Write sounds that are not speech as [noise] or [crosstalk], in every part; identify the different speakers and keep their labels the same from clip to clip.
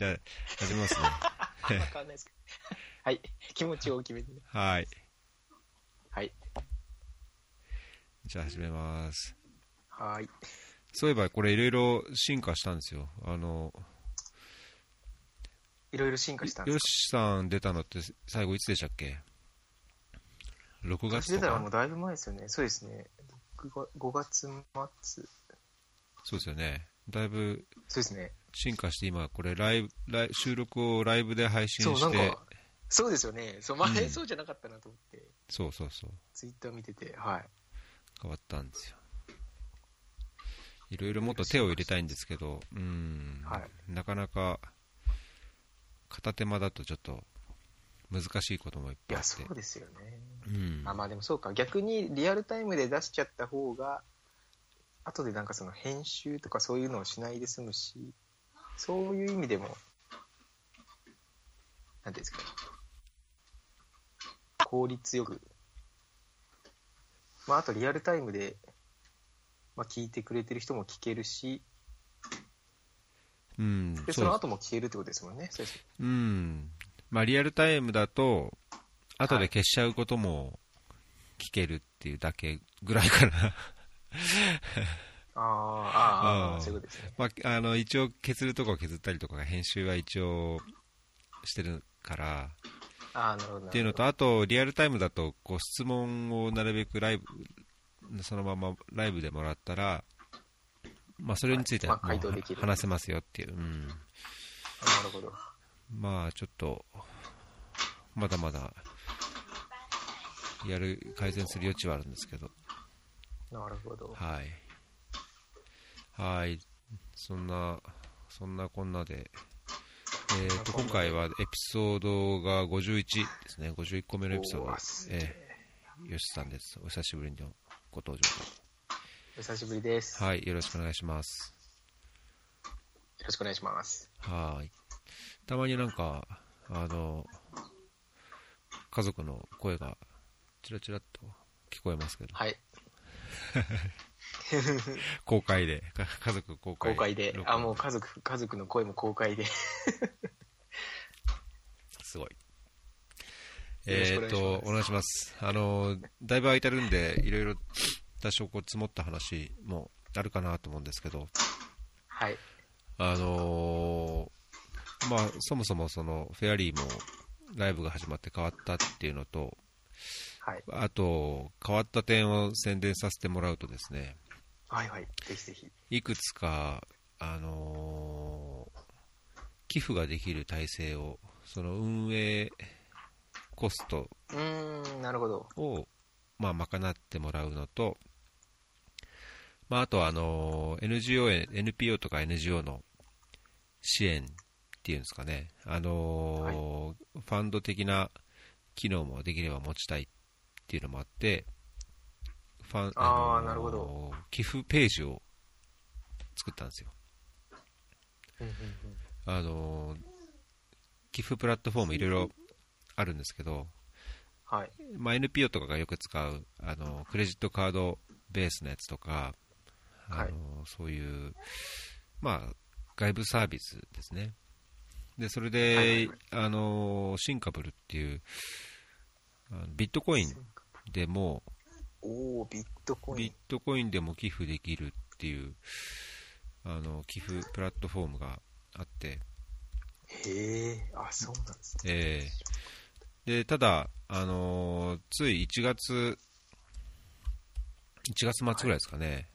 Speaker 1: じゃあ、始めます
Speaker 2: [laughs]
Speaker 1: ね。
Speaker 2: わかんないですけど。はい。気持ちを大きめにね。
Speaker 1: はい。
Speaker 2: はい。
Speaker 1: じゃあ、始めます。
Speaker 2: はーい。
Speaker 1: そういえば、これ、いろいろ進化したんですよ。あの、
Speaker 2: いろいろ進化したんで
Speaker 1: よ
Speaker 2: す
Speaker 1: しさん出たのって、最後いつでしたっけ ?6
Speaker 2: か。私
Speaker 1: 月
Speaker 2: 出
Speaker 1: と
Speaker 2: たらも
Speaker 1: か
Speaker 2: う。だいぶ前ですよね。そうですね。5月末。
Speaker 1: そうですよね。だいぶ
Speaker 2: そうですね。
Speaker 1: 進化して、今、これ、ライブ、ライ収録をライブで配信
Speaker 2: そう、な
Speaker 1: し
Speaker 2: ん
Speaker 1: て
Speaker 2: か、、そうですよね。そう、前、
Speaker 1: うん
Speaker 2: そうじゃなかったなと思って、
Speaker 1: そうそうそう、
Speaker 2: ツイッター見てて、はい。
Speaker 1: 変わったんですよ。いろいろもっと手を入れたいんですけど、うん、
Speaker 2: は
Speaker 1: なかなか片手間だとちょっと難しいこともいっ
Speaker 2: い
Speaker 1: ぱいあ
Speaker 2: や、
Speaker 1: っ
Speaker 2: そ
Speaker 1: て
Speaker 2: う、ですよね。
Speaker 1: うん
Speaker 2: あ、まあでもそうか。逆にリアルタイムで出しちゃった方が、後でなんかその編集とかそういうのをしないで済むし、そういう意味でも、なんていうんですか、効率よく、まああとリアルタイムで、まあ聞いてくれてる人も聞けるし、
Speaker 1: うん、
Speaker 2: で、そ
Speaker 1: そ
Speaker 2: の
Speaker 1: う
Speaker 2: 後も聞けるってことですもんね。そうです
Speaker 1: うん、まあリアルタイムだと、後で消しちゃうことも聞けるっていうだけぐらいかな。 [laughs]
Speaker 2: あーあー、あ
Speaker 1: う
Speaker 2: あ、
Speaker 1: ん
Speaker 2: そういうことですね。
Speaker 1: まあ、あの一応削るとこは削ったりとか編集は一応してるから
Speaker 2: ああ、なるほど。
Speaker 1: っていうのとあとリアルタイムだとこう質問をなるべくライブそのままライブでもらったら、まあ、それについて
Speaker 2: は
Speaker 1: はい
Speaker 2: まあ回答
Speaker 1: もう
Speaker 2: できる
Speaker 1: 話せますよっていう、うん、
Speaker 2: なるほど。
Speaker 1: まあちょっとまだまだやる改善する余地はあるんですけど
Speaker 2: なるほど。
Speaker 1: はい。はい。そんな、そんなこんなで、えっ、と、今回はエピソードが51ですね。51個目のエピソード
Speaker 2: お
Speaker 1: で
Speaker 2: ーす
Speaker 1: えー、よしさんです。お久しぶりのご登場
Speaker 2: お久しぶりです。
Speaker 1: はい。よろしくお願いします。
Speaker 2: よろしくお願いします。
Speaker 1: はい。たまになんか、あの、家族の声が、チラチラっと聞こえますけど、
Speaker 2: はい。
Speaker 1: 公開で、か家族公開
Speaker 2: 公開で。
Speaker 1: 録音
Speaker 2: あ、もう家族、家族の声も公開で。 [laughs] よ
Speaker 1: すごい。
Speaker 2: よろし
Speaker 1: え
Speaker 2: くお
Speaker 1: ーっ
Speaker 2: 願いします
Speaker 1: と、お願いします。あの、だいぶ空いてるんで、いろいろ多少こう積もった話もあるかなと思うんですけど、
Speaker 2: はい。
Speaker 1: あのーまあ、そもそもその、フェアリーもライブが始まって変わったっていうのと、
Speaker 2: はい。
Speaker 1: あと、変わった点を宣伝させてもらうとですね、
Speaker 2: はいはい。ぜひぜひ。
Speaker 1: いくつか、あのー寄付ができる体制を、その運営コスト
Speaker 2: うーん、なるほど。
Speaker 1: を、まあ、賄ってもらうのと、まあ、あとはあの NGO へ、NPO とか NGO の支援っていうんですかね、あのファンド的な機能もできれば持ちたいっていうのもあって、ファン
Speaker 2: あー
Speaker 1: の
Speaker 2: なるほど
Speaker 1: 寄付ページを作ったんですよ。
Speaker 2: うんうん
Speaker 1: あの寄付プラットフォームいろいろあるんですけど、
Speaker 2: うん。はい。
Speaker 1: まあ、NPO とかがよく使うあのクレジットカードベースのやつとか、あの
Speaker 2: はい
Speaker 1: そういう、まあ、外部サービスですねでそれで、
Speaker 2: はいはいはい
Speaker 1: あのシンカブルっていうあのビットコインでも
Speaker 2: おー、ビットコイ
Speaker 1: ビッ
Speaker 2: ン。
Speaker 1: トコインでも寄付できるっていうあの寄付プラットフォームがあって、
Speaker 2: へえ。あ、そうなんですね。
Speaker 1: えーでただ、あのーつい1月、1月末ぐらいですかね、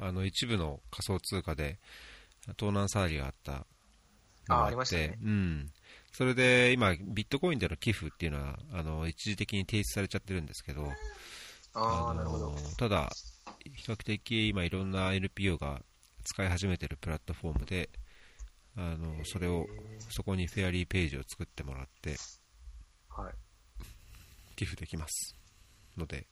Speaker 1: あの一部の仮想通貨で盗難騒ぎがあったのが
Speaker 2: あありましたね
Speaker 1: うん、それで今、ビットコインでの寄付っていうのはあの一時的に停止されちゃってるんですけど、
Speaker 2: あ
Speaker 1: あ
Speaker 2: ー、なるほ
Speaker 1: の
Speaker 2: ど。
Speaker 1: ーただ、比較的今、いろんな NPO が使い始めてるプラットフォームで、あのそれをそこにフェアリーページを作ってもらって
Speaker 2: はい。
Speaker 1: 寄付できますので、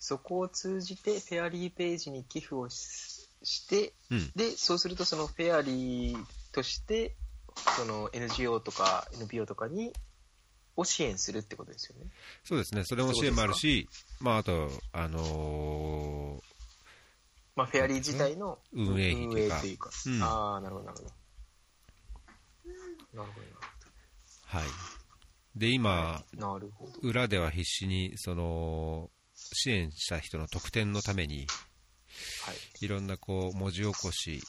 Speaker 2: そこを通じて、フェアリーページに寄付をしして、
Speaker 1: うん、
Speaker 2: で、そうすると、そのフェアリーとして、その NGO とか NPO とかに、を支援するってことですよね。
Speaker 1: そうですね、それも支援もあるし、まあ、あと、あの
Speaker 2: まあ、フェアリー自体の
Speaker 1: 運営費というか
Speaker 2: 運営というか
Speaker 1: うん
Speaker 2: ああ、なるほど、なるほど。なるほ
Speaker 1: はい。で、今、
Speaker 2: ど。なるほど。
Speaker 1: 裏では必死に、その、支援した人の特典のために、
Speaker 2: はい。
Speaker 1: いろんなこう、文字起こし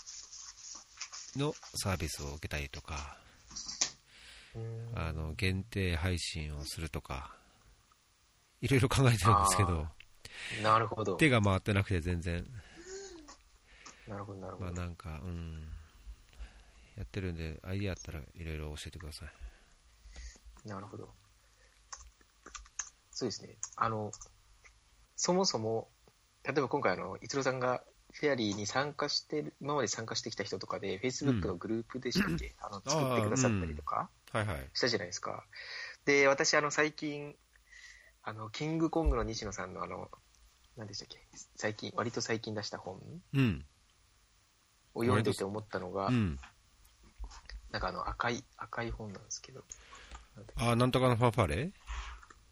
Speaker 1: のサービスを受けたりとか、
Speaker 2: うーん
Speaker 1: あの、限定配信をするとか、いろいろ考えてるんですけど、
Speaker 2: なるほど。
Speaker 1: 手が回ってなくて全然、
Speaker 2: なるほど、なるほ
Speaker 1: まあ
Speaker 2: ど。
Speaker 1: なんか、うん、やってるんで、アイディアあったらいろいろ教えてください。
Speaker 2: なるほど。そうですね。あの、そもそも、例えば今回、あの、一郎さんがフェアリーに参加してる、今まで参加してきた人とかで、Facebook のグループでしたっけ、あの、作ってくださったりとか
Speaker 1: はいはい。
Speaker 2: したじゃないですか。で、私、あの、最近、あの、キングコングの西野さんの、あの、何でしたっけ最近、割と最近出した本
Speaker 1: うん。
Speaker 2: を読んでて思ったのが、
Speaker 1: うん。
Speaker 2: なんかあの、赤い、赤い本なんですけど、
Speaker 1: あ、なんとかのファンファーレ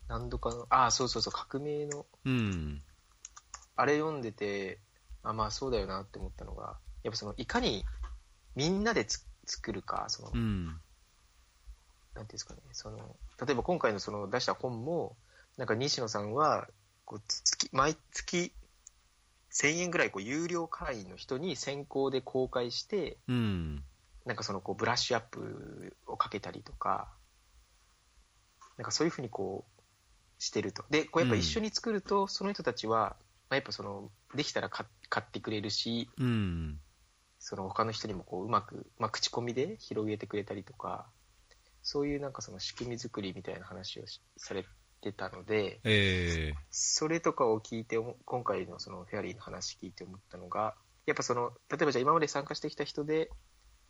Speaker 2: 何度かの、ああ、そうそうそう、革命の、
Speaker 1: うん。
Speaker 2: あれ読んでて、あ、まあそうだよなって思ったのが、やっぱその、いかにみんなでつ作るか、その、
Speaker 1: う
Speaker 2: なんて
Speaker 1: ん。
Speaker 2: いうんですかね、その、例えば今回のその出した本も、なんか西野さんは、こう、月、毎月、1000円ぐらい、こう、有料会員の人に先行で公開して、
Speaker 1: うん。
Speaker 2: なんかその、こう、ブラッシュアップをかけたりとか、なんかそういうふうにこう、してると。で、こうやっぱ一緒に作ると、その人たちは、まあやっぱその、できたら買買ってくれるし、
Speaker 1: うん。
Speaker 2: その他の人にもこううまく、まあ、口コミで広げてくれたりとかそういうなんかその仕組み作りみたいな話をしされてたので
Speaker 1: ええ
Speaker 2: それとかを聞いてお今回のそのフェアリーの話聞いて思ったのがやっぱその例えばじゃあ今まで参加してきた人で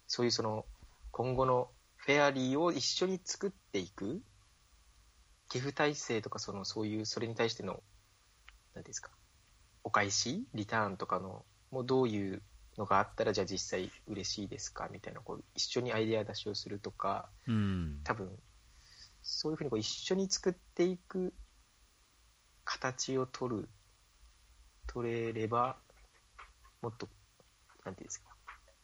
Speaker 2: そういうその今後のフェアリーを一緒に作っていく寄付体制とかそのそういうそれに対しての何ですかお返しリターンとかのもうどういうのがあったらじゃあ実際嬉しいですかみたいなこう一緒にアイデア出しをするとか
Speaker 1: うん。
Speaker 2: 多分そういうふうにこう一緒に作っていく形を取る取れればもっとなんていうんですか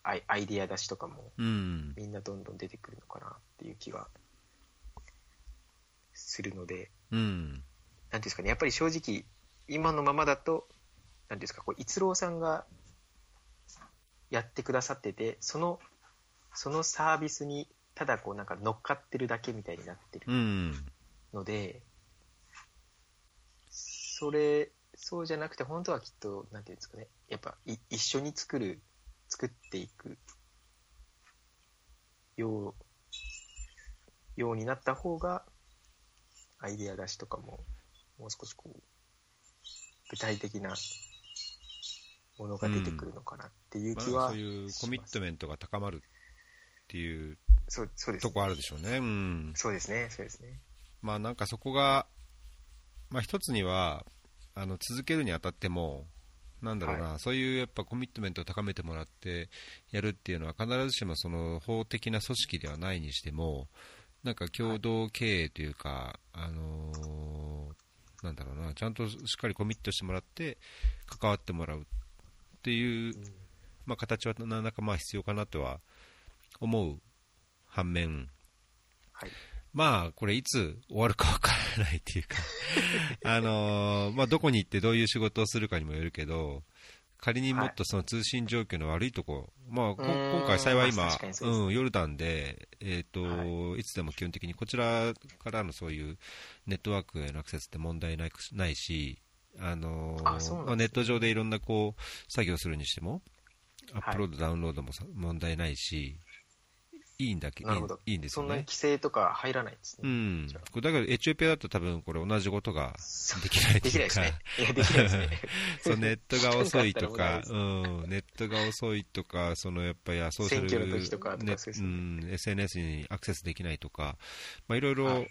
Speaker 2: アイアイデア出しとかも
Speaker 1: うん。
Speaker 2: みんなどんどん出てくるのかなっていう気がするので
Speaker 1: うん。
Speaker 2: なんていうんですかねやっぱり正直今のままだとなんていうんですかこう逸郎さんがやってくださっててそのそのサービスにただこうなんか乗っかってるだけみたいになってる
Speaker 1: うん。
Speaker 2: ので、それ、そうじゃなくて、本当はきっと、なんていうんですかね、やっぱい一緒に作る、作っていくよう、ようになった方が、アイデア出しとかも、もう少しこう、具体的なものが出てくるのかなっていう
Speaker 1: まあ、
Speaker 2: 気
Speaker 1: そ
Speaker 2: は
Speaker 1: う
Speaker 2: し
Speaker 1: いう
Speaker 2: ます、
Speaker 1: コミットメントが高まるっていう
Speaker 2: そうそうです
Speaker 1: と。こあるでしょうね。うん。
Speaker 2: そうですね、そうですね。
Speaker 1: まあなんかそこが、まあ一つには、あの、続けるにあたっても、なんだろうな、そういうやっぱコミットメントを高めてもらってやるっていうのは必ずしもその法的な組織ではないにしても、なんか共同経営というか、あのーなんだろうな、ちゃんとしっかりコミットしてもらって、関わってもらうっていう
Speaker 2: うん
Speaker 1: まあ、形は何らかまあ必要かなとは思う反面、
Speaker 2: はい。
Speaker 1: まあ、これいつ終わるかわからないっていう
Speaker 2: [laughs]
Speaker 1: か、あのーまあ、どこに行ってどういう仕事をするかにもよるけど、仮にもっとその通信状況の悪いとこ、まあ、こ
Speaker 2: うーん
Speaker 1: 今回幸い今、
Speaker 2: まあ確かにそうです
Speaker 1: うん、ヨルダンで、えっ、と、い、つでも基本的にこちらからのそういうネットワークへのアクセスって問題なくないし、あのー
Speaker 2: あそうなんですね
Speaker 1: まあ、ネット上でいろんなこう、作業するにしても、アップロード、ダウンロードもさ問題ないし、いいんだけ、い
Speaker 2: なるほど。
Speaker 1: いいいんです
Speaker 2: そ
Speaker 1: よ
Speaker 2: んなに
Speaker 1: ね。
Speaker 2: 規制とか入らないです
Speaker 1: う
Speaker 2: ね。
Speaker 1: ん
Speaker 2: じゃあ。
Speaker 1: これだけど、エチオピアだと多分これ同じこと
Speaker 2: [laughs]
Speaker 1: ができないと
Speaker 2: できない
Speaker 1: いう
Speaker 2: です
Speaker 1: か、
Speaker 2: ね。いや、できな
Speaker 1: [laughs]
Speaker 2: いですね。
Speaker 1: そうネットが遅いと
Speaker 2: なんかあ [laughs]
Speaker 1: か
Speaker 2: っ、た
Speaker 1: う
Speaker 2: ら
Speaker 1: ん、ネットが遅いとか、そのやっぱりソーシャル
Speaker 2: 選挙の時とかとか
Speaker 1: ね
Speaker 2: そうです
Speaker 1: う
Speaker 2: よ
Speaker 1: ん、SNS にアクセスできないとか、まあいろい
Speaker 2: は
Speaker 1: ろ
Speaker 2: い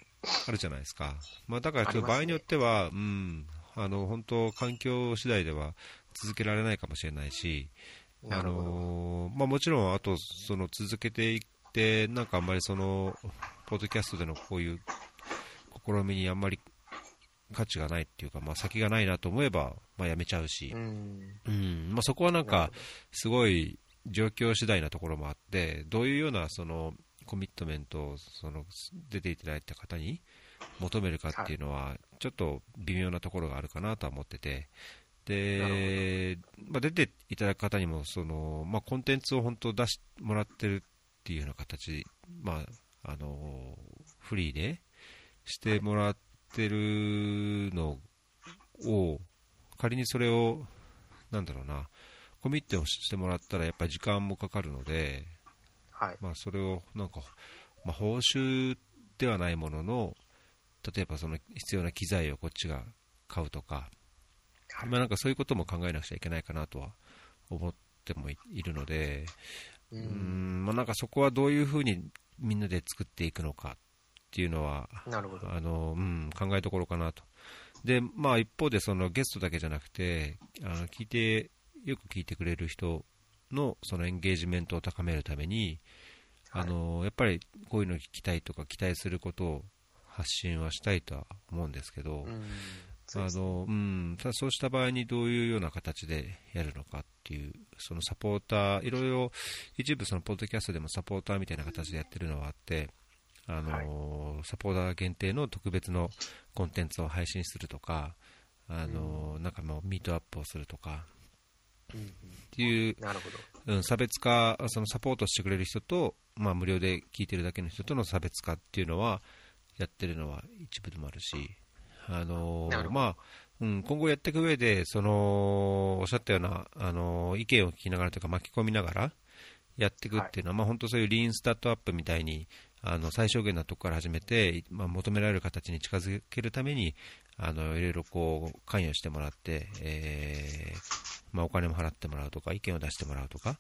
Speaker 1: あるじゃないですか。まあだからちょっ
Speaker 2: あり
Speaker 1: と
Speaker 2: ますね
Speaker 1: 場合によっては、うん、あの本当環境次第では続けられないかもしれないし、
Speaker 2: なるほ
Speaker 1: あ
Speaker 2: ど。
Speaker 1: のーまあ、もちろん、あとその続けていって、なんかあんまりその、ポッドキャストでのこういう試みにあんまり価値がないっていうか、まあ、先がないなと思えば、まあ、やめちゃうし
Speaker 2: う、ん。
Speaker 1: うんまあ、そこはなん
Speaker 2: なる
Speaker 1: か、すごい状況次第なところもあって、どういうようなそのコミットメントをその出ていただいた方に求めるかっていうのは、ちょっと微妙なところがあるかなとは思ってて、でまあ、出ていただく方にもその、まあ、コンテンツを本当出してもらってるっていうような形、まあ、あのフリーでしてもらってるのを、仮にそれを、なんだろうな、コミットをしてもらったらやっぱり時間もかかるので、
Speaker 2: はい。
Speaker 1: まあ、それをなんか、まあ、報酬ではないものの例えばその必要な機材をこっちが買うとか,、
Speaker 2: はい
Speaker 1: まあ、なんかそういうことも考えなくちゃいけないかなとは思ってもいいるので、
Speaker 2: う
Speaker 1: うん
Speaker 2: ん。
Speaker 1: まあ、なんかそこはどういうふうにみんなで作っていくのかっていうのは
Speaker 2: なるほど。
Speaker 1: あの、うん、考えどころかなと。で、まあ一方でそのゲストだけじゃなくて、あの聞いて、よく聞いてくれる人のそのエンゲージメントを高めるために、
Speaker 2: はい
Speaker 1: あの、やっぱりこういうの聞きたいとか期待することを発信はしたいとは思うんですけど、
Speaker 2: うん。そう
Speaker 1: あ
Speaker 2: です
Speaker 1: のうん、ただそうした場合にどういうような形でやるのかっていう、そのサポーター、いろいろ一部、そのポッドキャストでもサポーターみたいな形でやってるのはあって、あのサポーター限定の特別のコンテンツを配信するとか、あのなんかもうミートアップをするとか
Speaker 2: うんうん
Speaker 1: っていう、
Speaker 2: なるほど。
Speaker 1: うん、差別化、そのサポートしてくれる人と、まあ、無料で聞いてるだけの人との差別化っていうのは、やってるのは一部でもあるし、あの
Speaker 2: なるほど
Speaker 1: まあうん、今後やっていく上でそのおっしゃったような、あの意見を聞きながらというか、巻き込みながらやっていくっていうのは、まあ、本当そういうリーンスタートアップみたいに、あの最小限なとこから始めて、まあ、求められる形に近づけるために、あのいろいろこう関与してもらって、えーまあ、お金も払ってもらうとか、意見を出してもらうとか、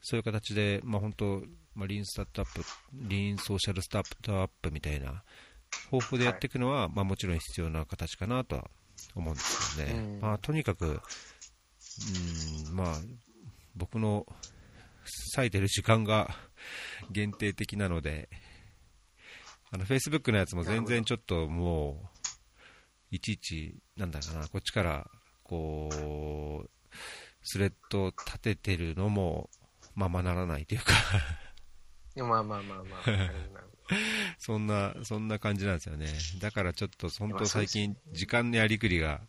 Speaker 1: そういう形で、まあ、本当、まあ、リーンスタートアップ、リーンソーシャルスタートアップみたいな方法でやっていくのは、まあ、もちろん必要な形かなとは思うんですよね。
Speaker 2: うん
Speaker 1: まあ、とにかく、うーん、まあ、僕の割いてる時間が限定的なので、あの、Facebook のやつも全然ちょっともう、いちいち、なんだかな、こっちから、こう、スレッドを立ててるのも、ままならないというか、 [laughs]
Speaker 2: まあまあまあまあ。なるほどなるほど
Speaker 1: そんな、そんな感じなんですよね。だからちょっと、本
Speaker 2: ま
Speaker 1: 当
Speaker 2: あそ
Speaker 1: 最
Speaker 2: うです
Speaker 1: 近、時間のやりくりが、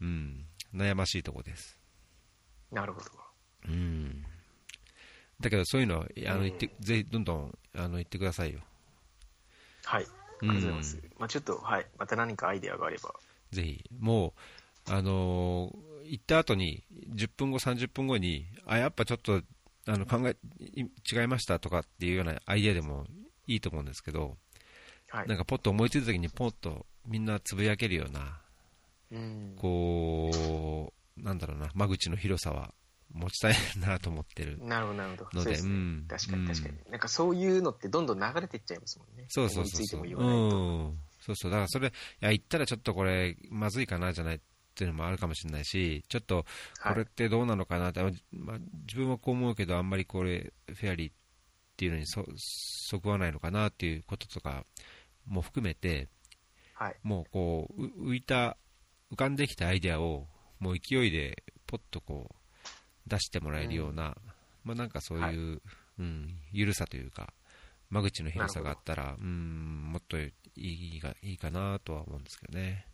Speaker 1: うん、悩ましいとこです。
Speaker 2: なるほど。
Speaker 1: うん。だけど、そういうのは、あ
Speaker 2: うん
Speaker 1: の、言って、ぜひ、どんどん、あの、言ってくださいよ。
Speaker 2: はい。ありがとうございます。まあちょっと、はい。また何かアイデアがあれば。
Speaker 1: ぜひ。もう、あのー行った後に、10分後、30分後に、あ、やっぱちょっと、あの、考え、い違いましたとかっていうようなアイデアでもいいと思うんですけど、
Speaker 2: はい
Speaker 1: なん。かポッと思いついた時にポッとみんなつぶやけるような、
Speaker 2: うん。
Speaker 1: こう、なんだろうな、間口の広さは持ちたいなと思ってる。
Speaker 2: なるほど、なるほど。
Speaker 1: ので
Speaker 2: そうですね
Speaker 1: うん
Speaker 2: 確かに、
Speaker 1: うん
Speaker 2: 確かに。なんかそういうのってどんどん流れていっちゃいますもんね。
Speaker 1: そうそう
Speaker 2: 思い
Speaker 1: そ
Speaker 2: つ
Speaker 1: う
Speaker 2: い
Speaker 1: そ
Speaker 2: て
Speaker 1: う。
Speaker 2: も
Speaker 1: う
Speaker 2: 言わないと。
Speaker 1: ん。そうそう。だからそれ、いや、言ったらちょっとこれ、まずいかなじゃないっていうのもあるかもしれないし、ちょっと、
Speaker 2: は
Speaker 1: これっ
Speaker 2: い。
Speaker 1: てどうなのかなって、まあ、自分はこう思うけど、あんまりこれ、フェアリーっていうのにそそぐわないのかなっていうこととかも含めて、
Speaker 2: はい。
Speaker 1: もうこうう浮いた浮かんできたアイデアをもう勢いでポッとこう出してもらえるような、まあなんかそういう、
Speaker 2: はい
Speaker 1: うん緩さというか間口の広さがあ
Speaker 2: なる
Speaker 1: っ
Speaker 2: ほ
Speaker 1: たらうんもっといいがいいかなとは思うんですけどね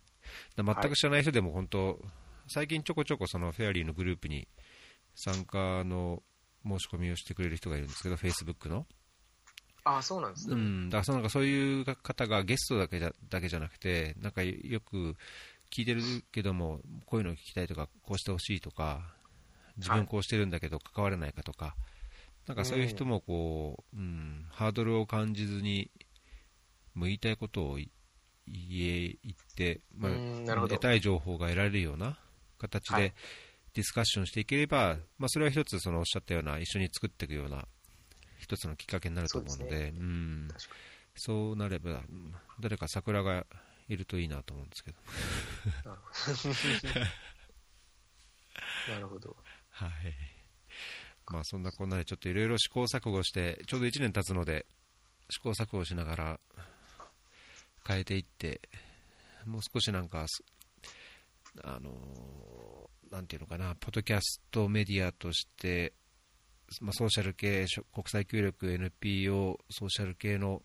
Speaker 1: だから全く知らない人でも本当、最近ちょこちょこそのフェアリーのグループに参加の申し込みをしてくれる人がいるんですけど Facebook の
Speaker 2: ああ、そうなんですね。
Speaker 1: うん、だからそのなんかそういう方がゲストだけじゃだけじゃなくて、なんかよく聞いてるけども、こういうの聞きたいとか、こうしてほしいとか、自分こうしてるんだけど関われないかとか、なんかそういう人もこう、うん、ハードルを感じずに、もう言いたいことをい言え、言って、まあ
Speaker 2: うんなるほど
Speaker 1: 得たい情報が得られるような形
Speaker 2: は
Speaker 1: で
Speaker 2: い
Speaker 1: ディスカッションしていければ、まあ、それは一つそのおっしゃったような、一緒に作っていくような、一つのきっかけになると思うの
Speaker 2: そうで
Speaker 1: で、うん、
Speaker 2: 確か
Speaker 1: そうなれば、うん誰か桜がいるといいなと思うんですけど、
Speaker 2: に。なるほど。なるほど。
Speaker 1: はい。まあそんなこんなで、ちょっといろいろ試行錯誤して、ちょうど1年経つので、試行錯誤しながら変えていって、もう少しなんか、すあのーなんていうのかな、ポッドキャストメディアとして、まあ、ソーシャル系、しょ国際協力 NPO、ソーシャル系の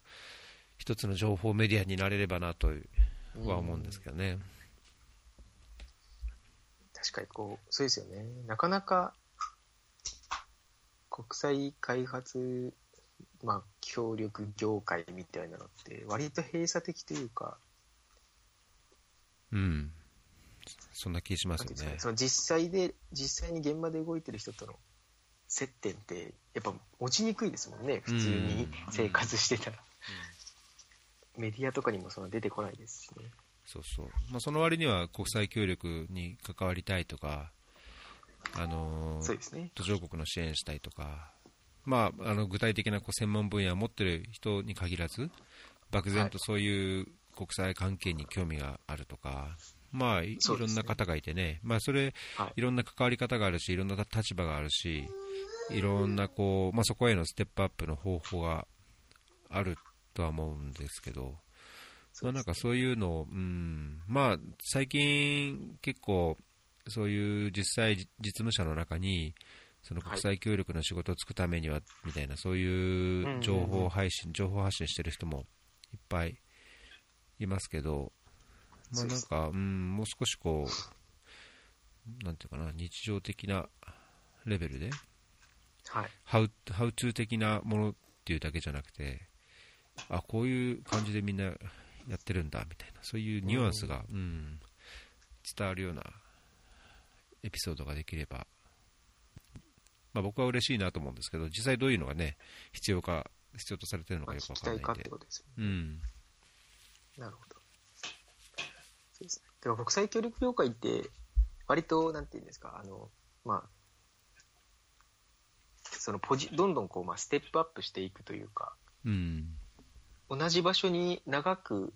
Speaker 1: 一つの情報メディアになれればなというは思うんですけどね。
Speaker 2: 確かにこう、そうですよね。なかなか、国際開発、まあ、協力業界みたいなのって、割と閉鎖的というか、
Speaker 1: うん。そんな気しま
Speaker 2: な
Speaker 1: す
Speaker 2: んてい
Speaker 1: よ
Speaker 2: うんですか
Speaker 1: ね
Speaker 2: ね、。その実際で、実際に現場で動いてる人との接点って、やっぱ持ちにくいですもんね、普通に生活してたら。メディアとかにもその出てこないですしね。
Speaker 1: そうそう。まあ、その割には国際協力に関わりたいとか、あのー
Speaker 2: そうですね。
Speaker 1: 途上国の支援したいとか、まあ、あの具体的なこう専門分野を持ってる人に限らず、漠然とそういう国際関係に興味があるとか、まあ、いい
Speaker 2: そうで
Speaker 1: ろ
Speaker 2: す
Speaker 1: ん
Speaker 2: ね
Speaker 1: な方がいてね、まあ、それ、
Speaker 2: はい
Speaker 1: いろんな関わり方があるし、いろんな立場があるし、いろんなこう、まあ、そこへのステップアップの方法があるとは思うんですけど、まあ、なんかそういうのを、うん、まあ、最近結構、そういう実際実務者の中に、その国際協力の仕事をつくためには、みたいな、そうい
Speaker 2: んうんう
Speaker 1: うん情報配信、情報発信してる人もいっぱいいますけど、ま
Speaker 2: そ
Speaker 1: あ
Speaker 2: うで
Speaker 1: なん
Speaker 2: す
Speaker 1: か、うん、もう少しこう、なんていうかな、日常的なレベルで、
Speaker 2: はい。
Speaker 1: ハウハウツー的なものっていうだけじゃなくて、あこういう感じでみんなやってるんだみたいな、そういうニュアンスが、うん伝わるようなエピソードができれば、まあ、僕は嬉しいなと思うんですけど、実際どういうのがね、必要か、必要とされてるのか
Speaker 2: まあ、
Speaker 1: よく
Speaker 2: 聞
Speaker 1: わ
Speaker 2: き
Speaker 1: かんない
Speaker 2: たいかっ
Speaker 1: ん
Speaker 2: て
Speaker 1: で
Speaker 2: こ。とですよね。
Speaker 1: うん、
Speaker 2: なるほど。そうですね。でも国際協力協会って、割と、なんていうんですか、あの、まあ、そのポジ、どんどんこう、まあ、ステップアップしていくというか、
Speaker 1: うん、
Speaker 2: 同じ場所に長く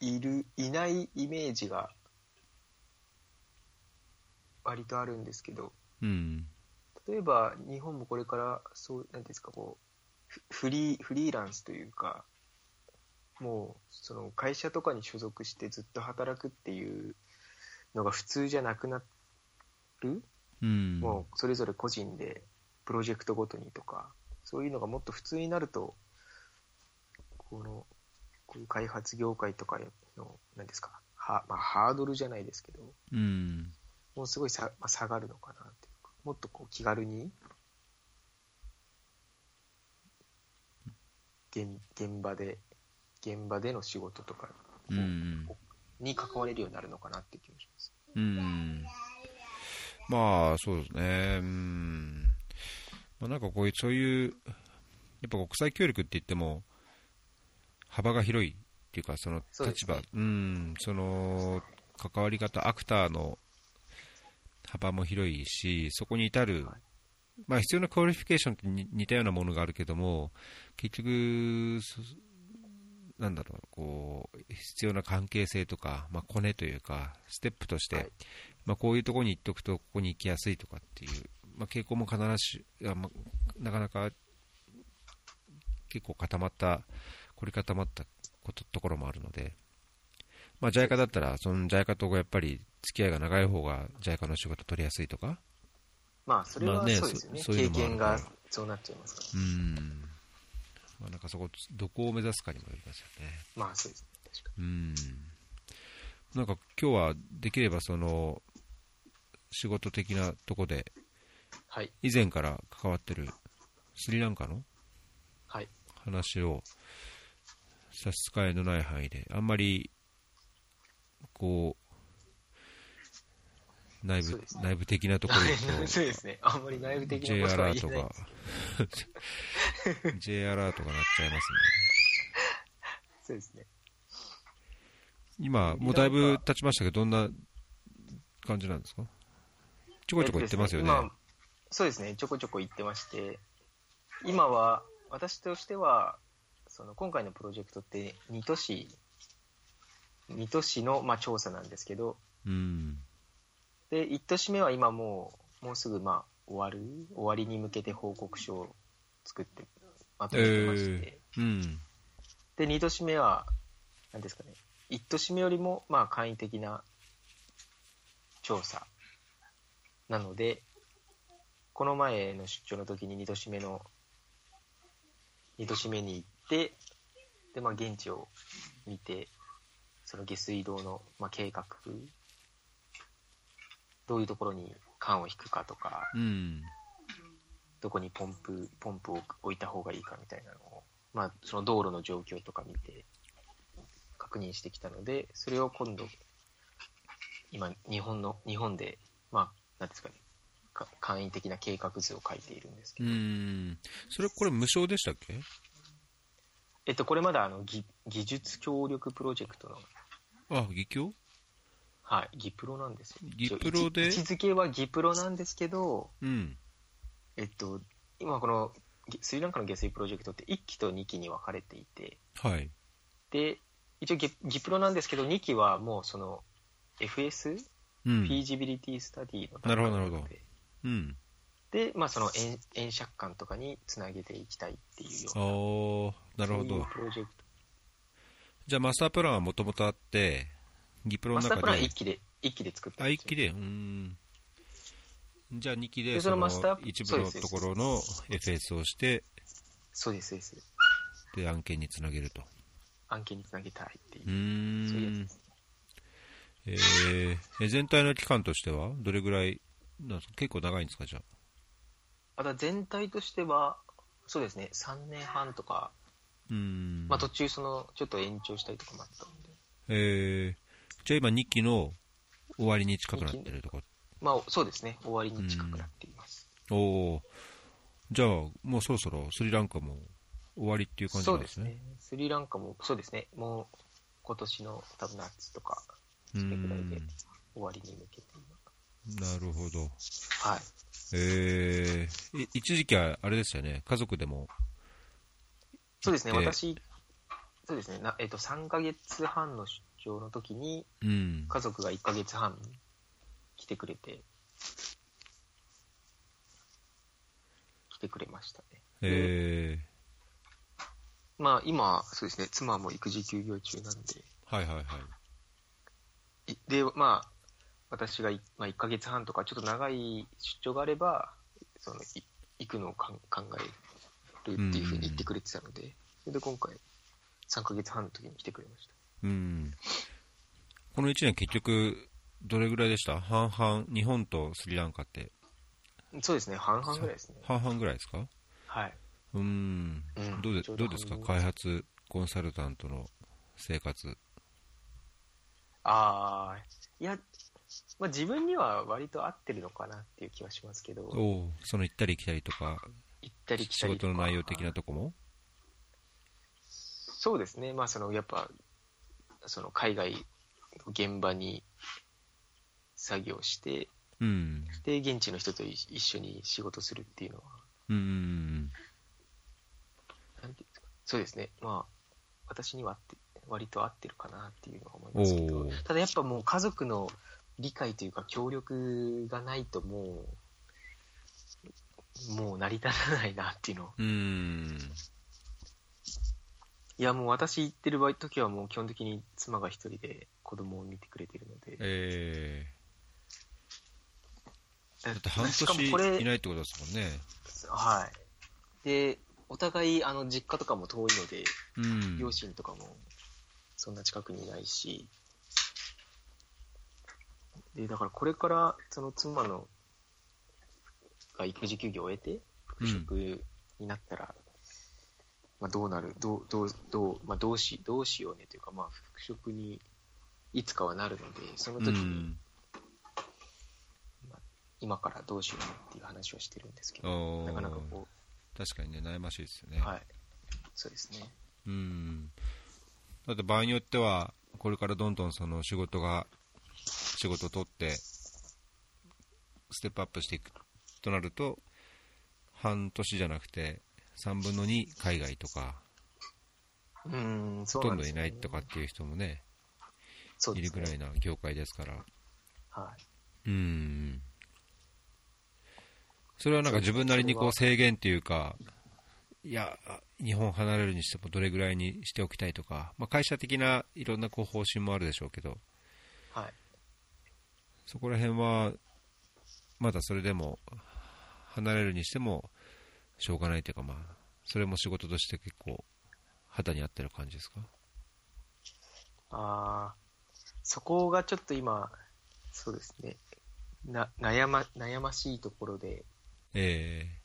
Speaker 2: いる、いないイメージが、割とあるんですけど、
Speaker 1: うん、
Speaker 2: 例えば日本もこれからそうなんていうんですかこうフフリーフリーランスというかもうその会社とかに所属してずっと働くっていうのが普通じゃなくなる、
Speaker 1: うん、
Speaker 2: もうそれぞれ個人でプロジェクトごとにとかそういうのがもっと普通になるとこのこういう開発業界とかのなんですかは、まあ、ハードルじゃないですけど
Speaker 1: うん、
Speaker 2: もうすごいさ、まあ下がるのかなっていうかもっとこう気軽に現現場で現場での仕事とか
Speaker 1: うん。
Speaker 2: に関われるようになるのかなっていう気もします。
Speaker 1: うん。まあ、そうですね。うん。まあ、なんかこういう、そういう、やっぱ国際協力って言っても、幅が広いっていうか、その
Speaker 2: そうです
Speaker 1: 立
Speaker 2: ね
Speaker 1: 場、うん、その、関わり方、アクターの幅も広いし、そこに至る、
Speaker 2: はい
Speaker 1: まあ必要なクオリフィケーションってに似たようなものがあるけども、結局、そなんだろう、こう、必要な関係性とか、まあ、コネというか、ステップとして、
Speaker 2: はい
Speaker 1: まあ、こういうところに行っておくと、ここに行きやすいとかっていう、まあ、傾向も必ずし、あまあ、なかなか、結構固まった、凝り固まったことところもあるので、まあ、ジャイカだったら、そのジャイカとやっぱり付き合いが長い方が、ジャイカの仕事取りやすいとか、
Speaker 2: まあそれ
Speaker 1: まあ
Speaker 2: は
Speaker 1: ね
Speaker 2: そうですよね。
Speaker 1: そそういう
Speaker 2: 経
Speaker 1: のもあるから
Speaker 2: 験がそうなっちゃいますから。
Speaker 1: うん、まあ、なんかそこ、どこを目指すかにもよりますよね。
Speaker 2: まあそうですね。確か
Speaker 1: うん。なんか今日はできればその仕事的なとこで
Speaker 2: に。はい。
Speaker 1: 以前から関わってるスリランカの
Speaker 2: はい。
Speaker 1: 話を差し支えのない範囲であんまりこう内
Speaker 2: そう
Speaker 1: 部
Speaker 2: ですね
Speaker 1: 内部的なところ
Speaker 2: [laughs] 内部
Speaker 1: と
Speaker 2: そうですね。あんまり内部的
Speaker 1: J
Speaker 2: な
Speaker 1: ア
Speaker 2: ことは
Speaker 1: ラー
Speaker 2: 言え
Speaker 1: ト
Speaker 2: ない
Speaker 1: が。J アラートが鳴っちゃいますね
Speaker 2: そうですね。
Speaker 1: 今もうだいぶ経ちましたけどどんな感じなんですかちょこちょこ言ってますよね
Speaker 2: えとです今そうですね、ちょこちょこ言ってまして、今は、私としては、その今回のプロジェクトって2都市、2都市の、まあ、調査なんですけど、
Speaker 1: うん
Speaker 2: で、1都市目は今もう、もうすぐまあ終わる、終わりに向けて報告書を作って、まとめてまして、
Speaker 1: うん。
Speaker 2: で、2都市目は、なんですかね、1都市目よりもまあ簡易的な調査なので、この前の出張の時に2年目の、2年目に行って、で、まあ、現地を見て、その下水道の、まあ、計画、どういうところに管を引くかとか、
Speaker 1: うん。
Speaker 2: どこにポンプ、ポンプを置いた方がいいかみたいなのを、まあ、その道路の状況とか見て、確認してきたので、それを今度、今、日本の、日本で、まあ、なんですかね、か簡易的な計画図を書いているんですけ
Speaker 1: う
Speaker 2: ど、
Speaker 1: ん。それ、これ無償でしたっけ
Speaker 2: えっと、これまだ、あの、技技術協力プロジェクトの、
Speaker 1: あ、義教
Speaker 2: はい、ギプロなんですよ
Speaker 1: ギプロで
Speaker 2: 一応位置位置づけはギプロなんですけど、
Speaker 1: うん。
Speaker 2: えっと、今この、ぎスリランカの下水プロジェクトって1期と2期に分かれていて、
Speaker 1: はい。
Speaker 2: で、一応ギ、ギプロなんですけど、2期はもうその FS、
Speaker 1: うん
Speaker 2: フィージビリティスタディの
Speaker 1: なるほどなるほど
Speaker 2: で
Speaker 1: うん。
Speaker 2: で、まあ、その円円借款とかにつなげていきたいっていうよう
Speaker 1: あー、な
Speaker 2: な、
Speaker 1: るほ
Speaker 2: そうい
Speaker 1: ど
Speaker 2: う。プロジェクト。
Speaker 1: じゃあマスタープランはもともとあって、ギプロ
Speaker 2: マ
Speaker 1: の
Speaker 2: スタ
Speaker 1: 中
Speaker 2: ー
Speaker 1: で。
Speaker 2: プラン1期で、一期で作った
Speaker 1: あ、
Speaker 2: んです
Speaker 1: 一
Speaker 2: よ
Speaker 1: 期で、うーん。じゃあ2期で、
Speaker 2: で
Speaker 1: そ
Speaker 2: その
Speaker 1: の
Speaker 2: マスター
Speaker 1: 一部のところの FS をして、
Speaker 2: そうです、そうです。
Speaker 1: で、案件につなげると。
Speaker 2: 案件につなげたいっていう
Speaker 1: ー
Speaker 2: う、そういうやつ
Speaker 1: ん
Speaker 2: で。す。
Speaker 1: えーえ全体の期間としては、どれぐらいなんですか結構長いんですか、じゃあ。
Speaker 2: あとは全体としては、そうですね、3年半とか、
Speaker 1: うーん。
Speaker 2: まあ、途中その、ちょっと延長したりとかもあったので、
Speaker 1: えーじゃあ今2期の終わりに近くなってるとこ。
Speaker 2: まあ、そうですね、終わりに近くなっています。
Speaker 1: おーじゃあ、もうそろそろスリランカも終わりっていう感じ
Speaker 2: そ
Speaker 1: な
Speaker 2: うんで
Speaker 1: ですすね。
Speaker 2: ね。スリランカも、そうですね。もう、今年の多分夏とか、それぐらいで終わりに向けて今
Speaker 1: なるほど。
Speaker 2: はい。
Speaker 1: えーい一時期はあれですよね、家族でも、
Speaker 2: そうですね。
Speaker 1: で
Speaker 2: 私、そうですね。なえっ、と、3ヶ月半の出張の時に、
Speaker 1: うん、
Speaker 2: 家族が1ヶ月半来てくれて、来てくれましたね。で
Speaker 1: え
Speaker 2: まあ、今、そうですね。妻も育児休業中なんで、
Speaker 1: ーはいはいはい、
Speaker 2: いで、まあ、私がい、まあ、1ヶ月半とか、ちょっと長い出張があれば、その、い行くのをかん考えるっていうふうに言ってくれてたので、それで今回、3ヶ月半の時に来てくれました。
Speaker 1: うん、この1年、結局、どれぐらいでした、半々、日本とスリランカって、
Speaker 2: そうですね、半々ぐらいですね。
Speaker 1: 半々ぐらいですか、
Speaker 2: はい。
Speaker 1: うん、
Speaker 2: うん
Speaker 1: どうで
Speaker 2: ちょう
Speaker 1: ど
Speaker 2: ど
Speaker 1: うですか、
Speaker 2: 半分
Speaker 1: 開発コンサルタントの生活、
Speaker 2: ああ、いや、まあ自分には割と合ってるのかなっていう気はしますけど、行
Speaker 1: おうその行ったり来たりとか、
Speaker 2: ったり来た
Speaker 1: 仕
Speaker 2: りとか
Speaker 1: 事の内容的なとこも、
Speaker 2: そうですね、まあ、そのやっぱその海外の現場に作業して、
Speaker 1: うん、
Speaker 2: で現地の人とい一緒に仕事するっていうのは、
Speaker 1: うん、
Speaker 2: なんていうんですか、そうですね、まあ、私には合って割と合ってるかなっていうのは思い
Speaker 1: お
Speaker 2: ますけど、
Speaker 1: う
Speaker 2: ただやっぱもう家族の理解というか、協力がないともう、もう成り立たないなっていうのを
Speaker 1: うん、
Speaker 2: いやもう私行ってる場合時はもう基本的に妻が一人で子供を見てくれてるので。
Speaker 1: えー
Speaker 2: だ
Speaker 1: だって半
Speaker 2: しかもこ
Speaker 1: 年い
Speaker 2: れ、
Speaker 1: ないってことですもんね。
Speaker 2: はい。で、お互い、あの、実家とかも遠いので、
Speaker 1: うん。
Speaker 2: 両親とかも、そんな近くにいないし、で、だからこれから、その妻の、が育児休業を終えて、復職になったら、まあどうなる、どう、どう、どう、まあどうし、どうしようねというか、まあ復職に、いつかはなるので、その
Speaker 1: う
Speaker 2: 時に、
Speaker 1: ん。
Speaker 2: 今からどうしようねっていう話をしてるんですけど、
Speaker 1: おー
Speaker 2: なかなかこ
Speaker 1: 確かにね、悩ましいですよ
Speaker 2: う、
Speaker 1: ね。
Speaker 2: はい。そうですね。
Speaker 1: うん。だって場合によっては、これからどんどんその仕事が、仕事を取って、ステップアップしていくとなると、半年じゃなくて、3分の2海外とか、
Speaker 2: うーん、そ
Speaker 1: ほ
Speaker 2: う
Speaker 1: と
Speaker 2: なんん
Speaker 1: ど
Speaker 2: です
Speaker 1: い
Speaker 2: よ
Speaker 1: な
Speaker 2: ね
Speaker 1: いとかっていう人もね、
Speaker 2: そう
Speaker 1: い
Speaker 2: で
Speaker 1: る
Speaker 2: す
Speaker 1: ぐ
Speaker 2: ね
Speaker 1: らいな業界ですから。
Speaker 2: はい。
Speaker 1: うん。それはなんか自分なりにこう
Speaker 2: そ
Speaker 1: 制限っていうか、いや、日本離れるにしてもどれぐらいにしておきたいとか、まあ、会社的ないろんなこう方針もあるでしょうけど、
Speaker 2: はい。
Speaker 1: そこら辺は、まだそれでも離れるにしても、しょうがないというか、まあ、それも仕事として結構、肌に合ってる感じですか
Speaker 2: ああ、そこがちょっと今、そうですね、な悩ま悩ましいところで、
Speaker 1: え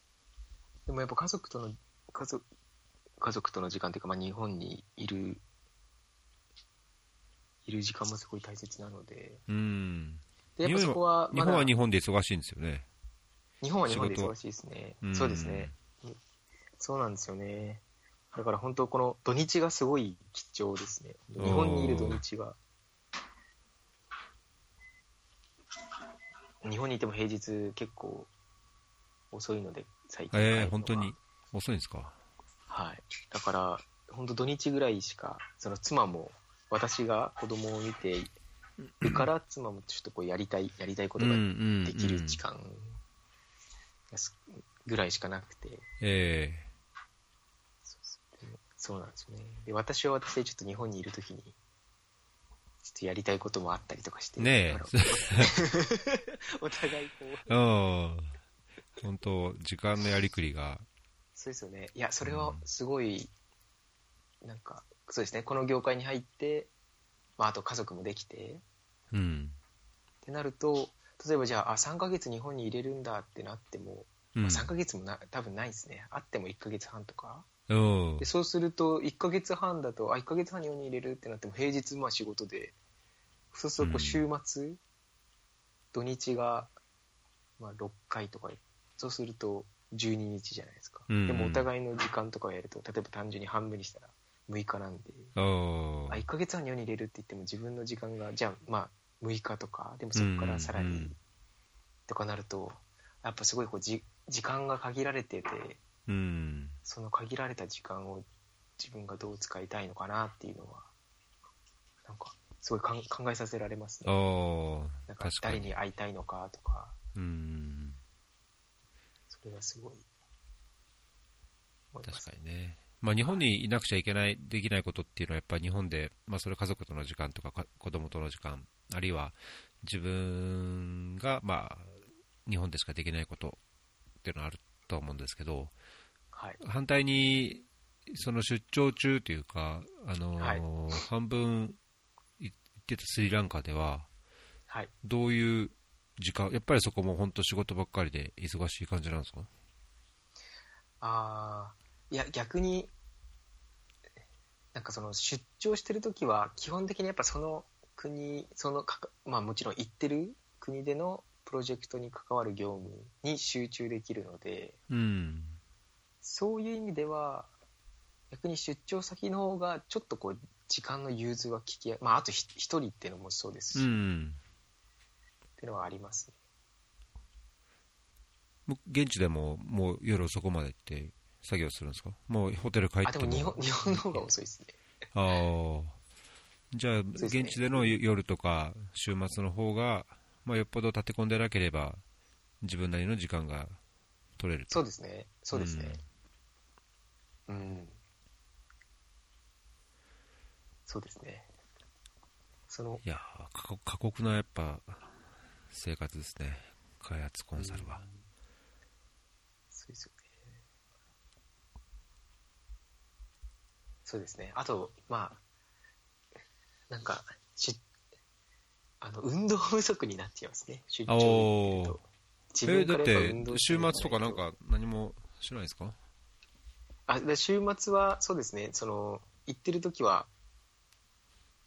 Speaker 2: でもやっぱ家族との、家族、家族との時間というか、まあ、日本にいる、いる時間もすごい大切なので、
Speaker 1: えうん。
Speaker 2: でやっぱそこは
Speaker 1: 日
Speaker 2: ま
Speaker 1: 本
Speaker 2: だ、
Speaker 1: は日本で忙しいんですよね。
Speaker 2: 日本は日本で
Speaker 1: 仕事
Speaker 2: 忙しいですね
Speaker 1: う。ん
Speaker 2: そうですね。そうなんですよね。だから本当この土日がすごい貴重ですね。
Speaker 1: おー
Speaker 2: 日本にいる土日が。日本にいても平日結構遅いので、最近帰るの
Speaker 1: え
Speaker 2: が。
Speaker 1: え本当に。遅いんですか
Speaker 2: はい。だから、本当土日ぐらいしか、その妻も、私が子供を見ているから、妻もちょっとこうやりたい、やりたいことができる時間がすぐらいしかなくて、
Speaker 1: うんうんえ
Speaker 2: そうなんですよね。で、私は私でちょっと日本にいるときに、ちょっとやりたいこともあったりとかして、
Speaker 1: えね [laughs]
Speaker 2: だか
Speaker 1: え
Speaker 2: らお互いこう、
Speaker 1: うん本当時間のやりくりが
Speaker 2: そうですよね。いや、それは
Speaker 1: うん
Speaker 2: すごい、なんか、そうですね、この業界に入って、まあ、あと家族もできて、
Speaker 1: うん、
Speaker 2: ってなると、例えばじゃあ、あ、3ヶ月日本に入れるんだってなっても、
Speaker 1: うん
Speaker 2: まあ、3ヶ月もな、多分ないですね。あっても1ヶ月半とか。
Speaker 1: うん
Speaker 2: でそうすると1ヶ月半だとあ1ヶ月半に4に入れるってなっても平日まあ仕事でそうするとこう週末、土日がまあ6回とかそうすると12日じゃないですか、
Speaker 1: うんうん
Speaker 2: でもお互いの時間とかをやると例えば単純に半分にしたら6日なんで、
Speaker 1: うん
Speaker 2: あ1ヶ月半に4に入れるって言っても自分の時間がじゃあまあ6日とかでもそこからさら
Speaker 1: うんうんう
Speaker 2: に
Speaker 1: ん
Speaker 2: とかなるとやっぱすごいこうじ時間が限られてて
Speaker 1: うん
Speaker 2: その限られた時間を自分がどう使いたいのかなっていうのは、なんか、すごいかん考えさせられますね。
Speaker 1: ああ
Speaker 2: なんか
Speaker 1: 確、か
Speaker 2: 誰
Speaker 1: に
Speaker 2: に会いたいのかとか、
Speaker 1: うん
Speaker 2: それがすごい。思いま
Speaker 1: 確
Speaker 2: す
Speaker 1: かにねまあ日本にいなくちゃいけないできないことっていうのはやっぱり日本で、まあ、それ家族との時間とかか子供との時間あるいは自分がまあ日本でしかできないことっていうのはあると思うんですけど、
Speaker 2: はい。
Speaker 1: 反対にその出張中というか、あのー
Speaker 2: はい
Speaker 1: 半分い行ってたスリランカでは
Speaker 2: はい。
Speaker 1: どういう時間やっぱりそこも本当仕事ばっかりで忙しい感じなんですか
Speaker 2: あーいや、逆に、なんかその出張してるときは、基本的にやっぱその国、そのかか、まあもちろん行ってる国でのプロジェクトに関わる業務に集中できるので、
Speaker 1: うん
Speaker 2: そういう意味では、逆に出張先の方が、ちょっとこう、時間の融通は利きや、まあ、あとひ一人っていうのもそうです
Speaker 1: う
Speaker 2: し、っ
Speaker 1: ん
Speaker 2: ていうのはありますね。
Speaker 1: もう現地でももう夜遅くまで行って作業するんですかもうホテル帰って
Speaker 2: あ、でも日本、日本の方が遅いですね。
Speaker 1: ああじゃあ
Speaker 2: うですね
Speaker 1: 現地での夜とか週末の方が、まあ、よっぽど立て込んでなければ自分なりの時間が取れると
Speaker 2: そうですね。そうですね。うん。そうですね。その、
Speaker 1: いやー過酷過酷なやっぱ生活ですね開発コンサルは、
Speaker 2: そうですよね。そうですね。あと、まあ、なんか、し、あの、運動不足になっちゃいますね。出張に行ってると。自
Speaker 1: え
Speaker 2: 分
Speaker 1: だ
Speaker 2: か
Speaker 1: っ
Speaker 2: らやぱ
Speaker 1: て
Speaker 2: 運動し
Speaker 1: 週
Speaker 2: なきゃ
Speaker 1: 末
Speaker 2: いけない
Speaker 1: とかなん。か何もしないですか
Speaker 2: あ、で週末は、そうですね。その、行ってる時は、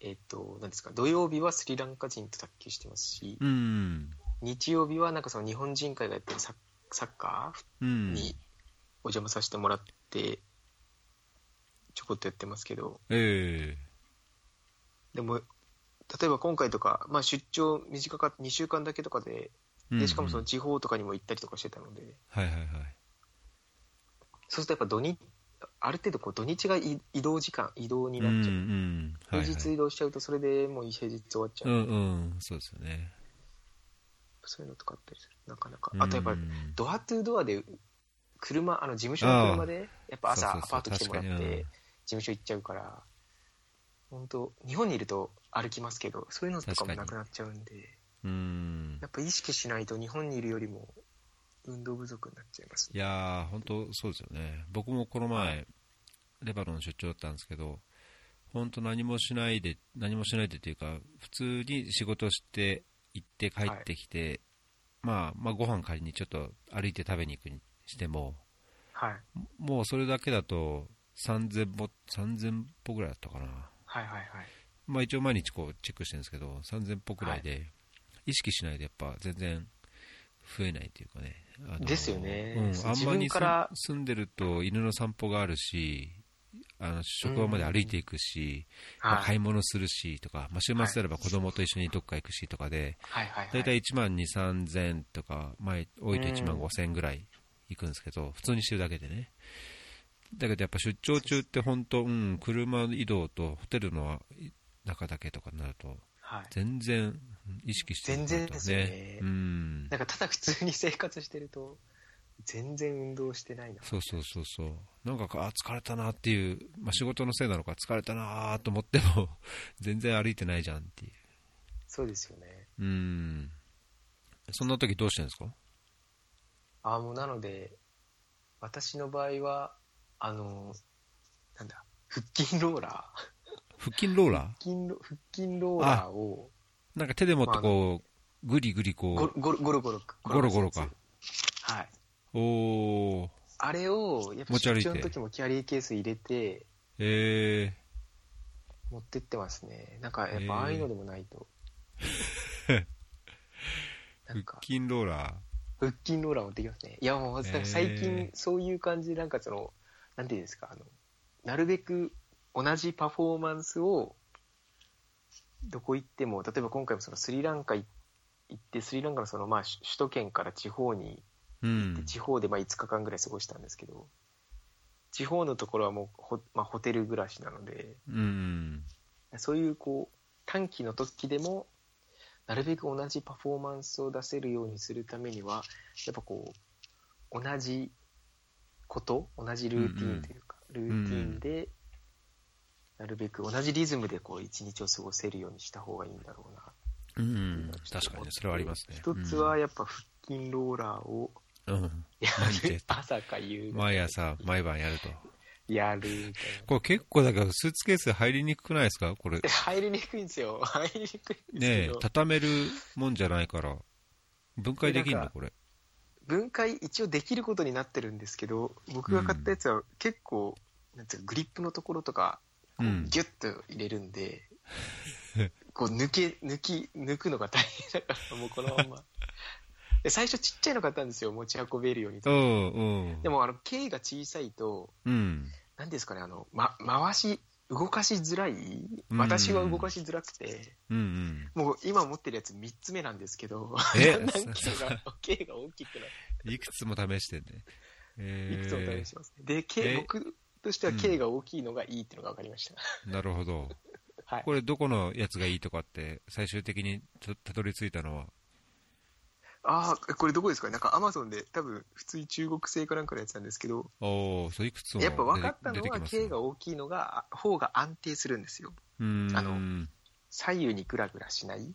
Speaker 2: えっと、なんですか、土曜日はスリランカ人と卓球してますし、
Speaker 1: うん
Speaker 2: 日曜日はなんかその日本人会がやってるサッサッカー
Speaker 1: うん
Speaker 2: にお邪魔させてもらって、ちょこっとやってますけど、
Speaker 1: ええ
Speaker 2: でも、例えば今回とか、まあ、出張短かった、2週間だけとかで、
Speaker 1: うんうん
Speaker 2: で、しかもその地方とかにも行ったりとかしてたので、
Speaker 1: はいはいはい
Speaker 2: そうするとやっぱ土日、ある程度こう土日がい移動時間、移動になっちゃう。
Speaker 1: うんうんはい
Speaker 2: 平
Speaker 1: はい
Speaker 2: 日移動しちゃうと、それでもう平日終わっちゃ
Speaker 1: う
Speaker 2: う。
Speaker 1: んうんそうですよね
Speaker 2: そういうのとかあったりする。なかなか。あとやっぱ
Speaker 1: う
Speaker 2: り、
Speaker 1: ん
Speaker 2: ドアトゥードアで、車、あの、事務所の車で、やっぱ朝
Speaker 1: そう
Speaker 2: ア
Speaker 1: そうそう
Speaker 2: パート来てもらって、
Speaker 1: 確かにうん
Speaker 2: 事務所行っちゃうから、本当日本にいると歩きますけど、そういうのとかもなくなっちゃうんで。
Speaker 1: うん
Speaker 2: やっぱ意識しないと日本にいるよりも運動不足になっちゃいます
Speaker 1: いやー、本当そうですよね。僕もこの前、レバノン出張だったんですけど、本当何もしないで、何もしないでっていうか、普通に仕事して、行って帰ってきて、まあ、まあ、ご飯借りにちょっと歩いて食べに行くにしても、
Speaker 2: はい
Speaker 1: もうそれだけだと3000歩、3000歩ぐらいだったかな。
Speaker 2: はいはいはい
Speaker 1: まあ一応毎日こうチェックしてるんですけど、3000歩くらいで、意識しないでやっぱ全然増えないというかね。あの
Speaker 2: ですよね
Speaker 1: うん、あん
Speaker 2: そう
Speaker 1: ま
Speaker 2: 自分
Speaker 1: り
Speaker 2: か
Speaker 1: す
Speaker 2: ら
Speaker 1: 住んでると犬の散歩があるし、あの職場まで歩いていくし、まあ
Speaker 2: は
Speaker 1: 買
Speaker 2: い
Speaker 1: い物するしとか、まあ、週末であれば子供と一緒にどっか行くしとかで、
Speaker 2: はいはいは
Speaker 1: 大
Speaker 2: い
Speaker 1: 体1万2、3000とか、前、多いと
Speaker 2: うん
Speaker 1: 1万5000ぐらい行くんですけど、普通にしてるだけでね。だけどやっぱ出張中って本当、うん、車移動とホテルの中だけとかになると、
Speaker 2: はい
Speaker 1: 全然意識してなかった
Speaker 2: 全然ですよね
Speaker 1: うん
Speaker 2: なんかただ普通に生活してると全然運動してないな
Speaker 1: そうそうそうそうなんかあ疲れたなっていう、まあ、仕事のせいなのか疲れたなと思っても [laughs] 全然歩いてないじゃんっていう
Speaker 2: そうですよね
Speaker 1: うんそんな時どうしてるんですか
Speaker 2: ああもうなので私の場合はあのなんだ腹筋ローラー
Speaker 1: 腹筋ローラ
Speaker 2: 腹筋ロ腹筋ローラーを
Speaker 1: ーなんか手で持ってこうグリグリ
Speaker 2: ゴ
Speaker 1: こ
Speaker 2: ゴロゴロゴロ
Speaker 1: うゴロゴロか
Speaker 2: はい
Speaker 1: おおー
Speaker 2: あれをやっぱ
Speaker 1: 持ち歩い
Speaker 2: 出
Speaker 1: て
Speaker 2: 張の時もキャリーケース入れて
Speaker 1: え
Speaker 2: 持ってってますねなんかやっぱああいうのでもない
Speaker 1: [laughs]
Speaker 2: と、な
Speaker 1: ー
Speaker 2: ん、か
Speaker 1: 腹筋ローラー
Speaker 2: 腹筋ローラー持ってきますねいやもうなんか最
Speaker 1: へ
Speaker 2: 近
Speaker 1: ー
Speaker 2: そういう感じでなんかそのなんていうんですかあのなるべく同じパフォーマンスをどこ行っても例えば今回もそのスリランカ行ってスリランカのそのまあ首首都圏から地方に
Speaker 1: うん
Speaker 2: 地方でまあ5日間ぐらい過ごしたんですけど地方のところはもうホ,、まあ、ホテル暮らしなので
Speaker 1: うん
Speaker 2: そういうこう短期の時でもなるべく同じパフォーマンスを出せるようにするためにはやっぱこう同じこと同じルーティンというか、
Speaker 1: うん
Speaker 2: ルーティンでなるべく同じリズムでこう一日を過ごせるようにした方がいいんだろうな
Speaker 1: うん確かにねそれはありますね
Speaker 2: 一つはやっぱ腹筋ローラーを
Speaker 1: うんうん
Speaker 2: や
Speaker 1: 毎
Speaker 2: る
Speaker 1: 日
Speaker 2: 朝か夕方
Speaker 1: 毎朝毎晩やると
Speaker 2: やるみたいな
Speaker 1: これ結構だからスーツケース入りにくくないですかこ
Speaker 2: [laughs]
Speaker 1: れ
Speaker 2: 入りにくいんですよ入りにくいんですけ
Speaker 1: ねえ
Speaker 2: ど、
Speaker 1: 畳めるもんじゃないから分解できる
Speaker 2: なん
Speaker 1: の
Speaker 2: か
Speaker 1: これ
Speaker 2: 分解一応できることになってるんですけど僕が買ったやつは結構、なんていうかグリップのところとかこう
Speaker 1: うん
Speaker 2: ギュッと入れるんで、こう抜け抜き抜くのが大変だからもうこの
Speaker 1: [laughs]
Speaker 2: まんまで最初ちっちゃいの買ったんですよ持ち運べるように
Speaker 1: う
Speaker 2: と
Speaker 1: んうん
Speaker 2: でもあの径が小さいと
Speaker 1: うん
Speaker 2: 何ですかねあの、ま、回し動かしづらい
Speaker 1: うん
Speaker 2: 私は動かしづらくて、
Speaker 1: うんうん
Speaker 2: もう今持ってるやつ3つ目なんですけど、
Speaker 1: え
Speaker 2: [laughs] 何キロ
Speaker 1: [laughs]
Speaker 2: が、K が大きくなっ
Speaker 1: いくつも試してね
Speaker 2: て、いく
Speaker 1: え
Speaker 2: つも試してますね。で、
Speaker 1: え
Speaker 2: K、
Speaker 1: ー
Speaker 2: 僕としては
Speaker 1: うん
Speaker 2: K が大きいのがいいっていうのが分かりました。
Speaker 1: ーなるほど
Speaker 2: はい。
Speaker 1: これどこのやつがいいとかって最終的にたたどり着いたのは
Speaker 2: ああ、これどこですかねなんか Amazon で多分普通に中国製かなんかのやつなんですけど、
Speaker 1: おおそういくつも
Speaker 2: やっぱ分かった
Speaker 1: 出
Speaker 2: の
Speaker 1: て
Speaker 2: は
Speaker 1: きますね
Speaker 2: K が大きいのが、方が安定するんですよ。
Speaker 1: うん
Speaker 2: あの左右にグラグラしない
Speaker 1: へ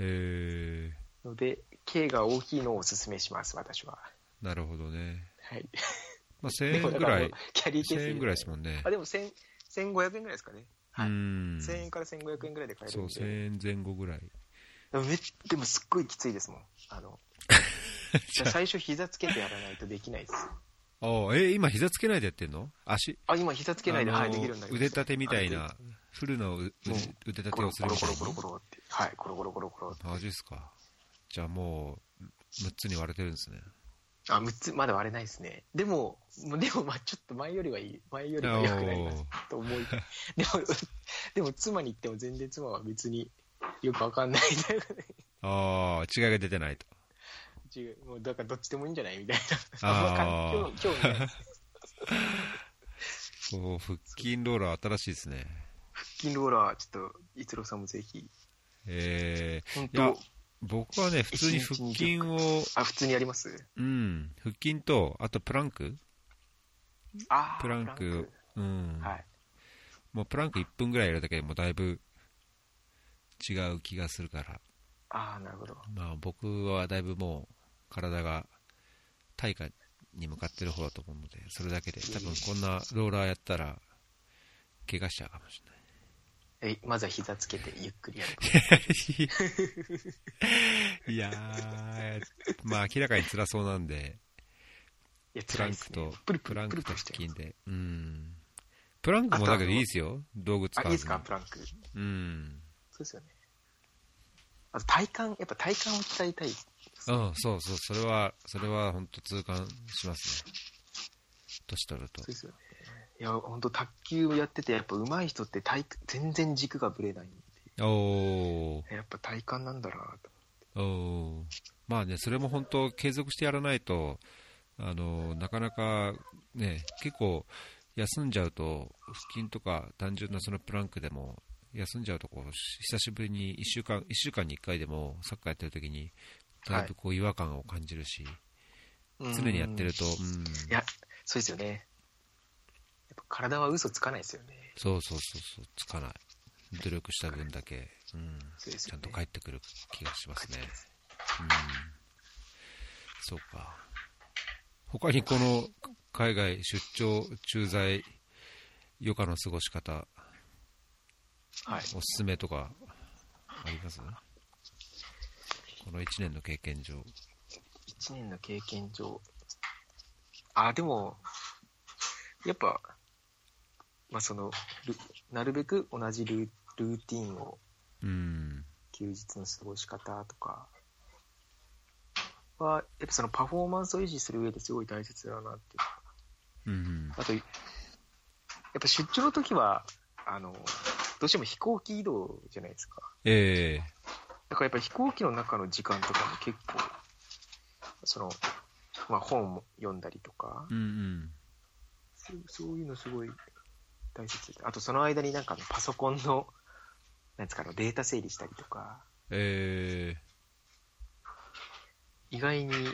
Speaker 1: え
Speaker 2: ので、K が大きいのをおすすめします、私は。
Speaker 1: なるほどね
Speaker 2: はい。
Speaker 1: まあ
Speaker 2: [laughs] で
Speaker 1: 1000
Speaker 2: も
Speaker 1: 円
Speaker 2: だ
Speaker 1: ぐ
Speaker 2: かららも
Speaker 1: いう
Speaker 2: キャリーケース
Speaker 1: 1000円ぐらいですも
Speaker 2: ん。
Speaker 1: んね
Speaker 2: あ、でも1000 1500円ぐらいですかね。はい
Speaker 1: うん
Speaker 2: 1000円から1500円ぐらいで買え
Speaker 1: そ
Speaker 2: る
Speaker 1: うん
Speaker 2: で。
Speaker 1: 1000円前後ぐらい
Speaker 2: でもめっでもすっごいきついですもん。あ
Speaker 1: [laughs]
Speaker 2: の最初膝つけてやらないとできないです。
Speaker 1: ああえ今膝つけないでやってんの足
Speaker 2: あ、今膝つけないで、
Speaker 1: あの
Speaker 2: はい、できるんだけど。
Speaker 1: 腕立てみたい
Speaker 2: はい
Speaker 1: な、フルのうう
Speaker 2: もう
Speaker 1: 腕立
Speaker 2: コ
Speaker 1: て
Speaker 2: ロ
Speaker 1: をす
Speaker 2: コ
Speaker 1: る
Speaker 2: ロ
Speaker 1: み
Speaker 2: コ
Speaker 1: たい
Speaker 2: ロコロコ
Speaker 1: な。
Speaker 2: ロって。はい、コロコロコロコロって。
Speaker 1: マジっすか。じゃあもう、6つに割れてるんですね。
Speaker 2: あ、6つ、まだ割れないですね。でも、もうでも、まあちょっと前よりはいい。前よりは良くなります。と思い。でも、 [laughs] でも妻に言っても全然妻は別によくわかんない [laughs] みたいな。
Speaker 1: ああ、違いが出てないと。
Speaker 2: 違うもうだからどっちでもいいんじゃないみたいな。
Speaker 1: あ
Speaker 2: [laughs]
Speaker 1: ー
Speaker 2: あんま興味興味ない。
Speaker 1: おー腹筋ローラー新しいですね。
Speaker 2: 腹筋ローラー、ちょっと、逸郎さんもぜひ。
Speaker 1: え
Speaker 2: 本
Speaker 1: ー、いや
Speaker 2: 当、
Speaker 1: 僕はね、普通に腹筋を、
Speaker 2: あ、普通にやります
Speaker 1: うん、腹筋と、あとプランク
Speaker 2: あー
Speaker 1: プランク、うん。
Speaker 2: はい。
Speaker 1: もうプランク1分ぐらいやるだけでもうだいぶ違う気がするから。
Speaker 2: ああ、なるほど。
Speaker 1: まあ、僕はだいぶもう体が対価に向かってる方だと思うので、それだけで、多分こんなローラーやったら、怪我しちゃうかもしれない。
Speaker 2: えまずは膝つけてゆっくりやる。
Speaker 1: いやー、 [laughs] まあ明らかに辛そうなんで、
Speaker 2: いや、
Speaker 1: プ
Speaker 2: 辛
Speaker 1: ラ
Speaker 2: い
Speaker 1: ン
Speaker 2: で
Speaker 1: ク
Speaker 2: す
Speaker 1: と
Speaker 2: ね、プルプ
Speaker 1: プ
Speaker 2: ル
Speaker 1: ラン
Speaker 2: プル
Speaker 1: ク
Speaker 2: プ
Speaker 1: と腹
Speaker 2: ルして
Speaker 1: 筋で、うん。プランクもだけどいいですよ、道具使
Speaker 2: あ、
Speaker 1: わ
Speaker 2: い
Speaker 1: ず
Speaker 2: い
Speaker 1: に。
Speaker 2: ですか、プランク。
Speaker 1: うん。
Speaker 2: そうですよね。あと体幹、やっぱ体幹を鍛えたい。
Speaker 1: うん、そうそう、それは、それは本当痛感しますね。年取ると
Speaker 2: そう。ですよね。いや、本当卓球やってて、やっぱ上手い人って体全然軸がぶれないん
Speaker 1: お
Speaker 2: で、やっぱ体幹なんだなと。
Speaker 1: ー、おー。まあね、それも本当継続してやらないと、あの、なかなかね、結構休んじゃうと、腹筋とか単純なそのプランクでも、休んじゃうとこう、し久しぶりに1週間、一週間に1回でもサッカーやってる時に、だいぶこう違和感を感じるし、常にやってる
Speaker 2: い
Speaker 1: と、うん。
Speaker 2: や、そうですよね。やっぱ体は嘘つかないですよね。
Speaker 1: そうそうそうそう、つかない。努力した分だけ、うん、
Speaker 2: そうです
Speaker 1: ち
Speaker 2: よ
Speaker 1: ゃん
Speaker 2: ね
Speaker 1: と返ってくる気がしますね。うん。そうか。他にこの海外出張駐在余暇の過ごし方、
Speaker 2: はい。
Speaker 1: おすすめとかありますこの1年の経験上。
Speaker 2: 1年の経験上。あ、でも、やっぱ、まあその、ルなるべく同じルールーティンを
Speaker 1: うん。
Speaker 2: 休日の過ごし方とかは、やっぱそのパフォーマンスを維持する上ですごい大切だなっていう。
Speaker 1: うん。
Speaker 2: あと、やっぱ出張の時は、あの、どうしても飛行機移動じゃないですか。
Speaker 1: ええ
Speaker 2: だからやっぱり飛行機の中の時間とかも結構、その、まあ本を読んだりとか、
Speaker 1: うんうん。
Speaker 2: そうそういうのすごい大切です。あとその間になんかあのパソコンの、なんですか、あのデータ整理したりとか、
Speaker 1: ええ
Speaker 2: 意外に、なんてい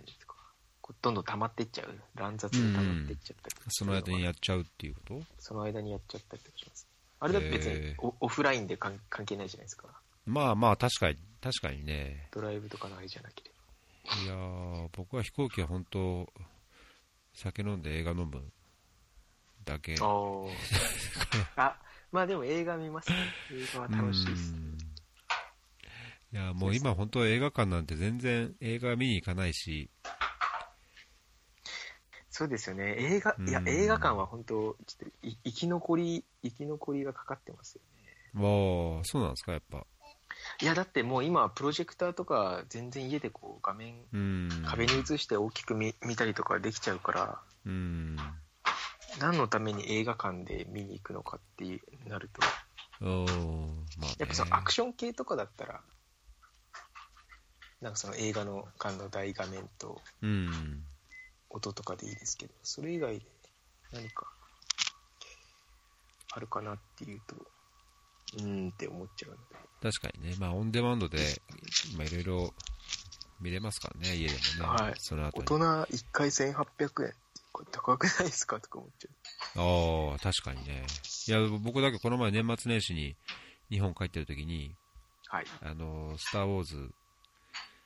Speaker 2: うんですか、こうどんどん溜まってっちゃう。乱雑に溜まってっちゃったりとか
Speaker 1: その間にやっちゃうっていうこと
Speaker 2: その間にやっちゃったりとかします。あれだって別
Speaker 1: へ
Speaker 2: に
Speaker 1: ー
Speaker 2: オオフラインで関関係ないじゃないですか。
Speaker 1: まあまあ、確かに、確かにね。
Speaker 2: ドライブとかの間じゃなければ。
Speaker 1: いやー、僕は飛行機は本当、酒飲んで映画飲むだけ。
Speaker 2: [laughs] ああ、まあでも映画見ますね。映画は楽しいですね。
Speaker 1: うんいやもう今、本当映画館なんて全然映画見に行かないし、
Speaker 2: そうですよね。映画、いや
Speaker 1: う、ん
Speaker 2: 映画館は本当、ちょっとい生き残り、生き残りがかかってますよね。
Speaker 1: もう、そうなんですか、やっぱ。
Speaker 2: いや、だってもう今、プロジェクターとか全然家でこう画面、
Speaker 1: うん。
Speaker 2: 壁に映して大きく見見たりとかできちゃうから、
Speaker 1: うん。
Speaker 2: 何のために映画館で見に行くのかっていうなると、
Speaker 1: おーまあ、ね、
Speaker 2: やっぱそのアクション系とかだったら、なんかその映画の館の大画面と
Speaker 1: うん。
Speaker 2: 音とかでいいですけど、それ以外で何かあるかなっていうと、うーんって思っちゃうので。
Speaker 1: 確かにね、まあ、オンデマンドで、今いろいろ見れますからね、家でもね。
Speaker 2: はい
Speaker 1: その後
Speaker 2: 大
Speaker 1: に。
Speaker 2: 人1回1800円ってこれ高くないですかとか思っちゃ
Speaker 1: ああ、確かにね。いや、僕だけこの前年末年始に日本帰ってる時に、
Speaker 2: う。はい。
Speaker 1: あの、スター・ウォーズ、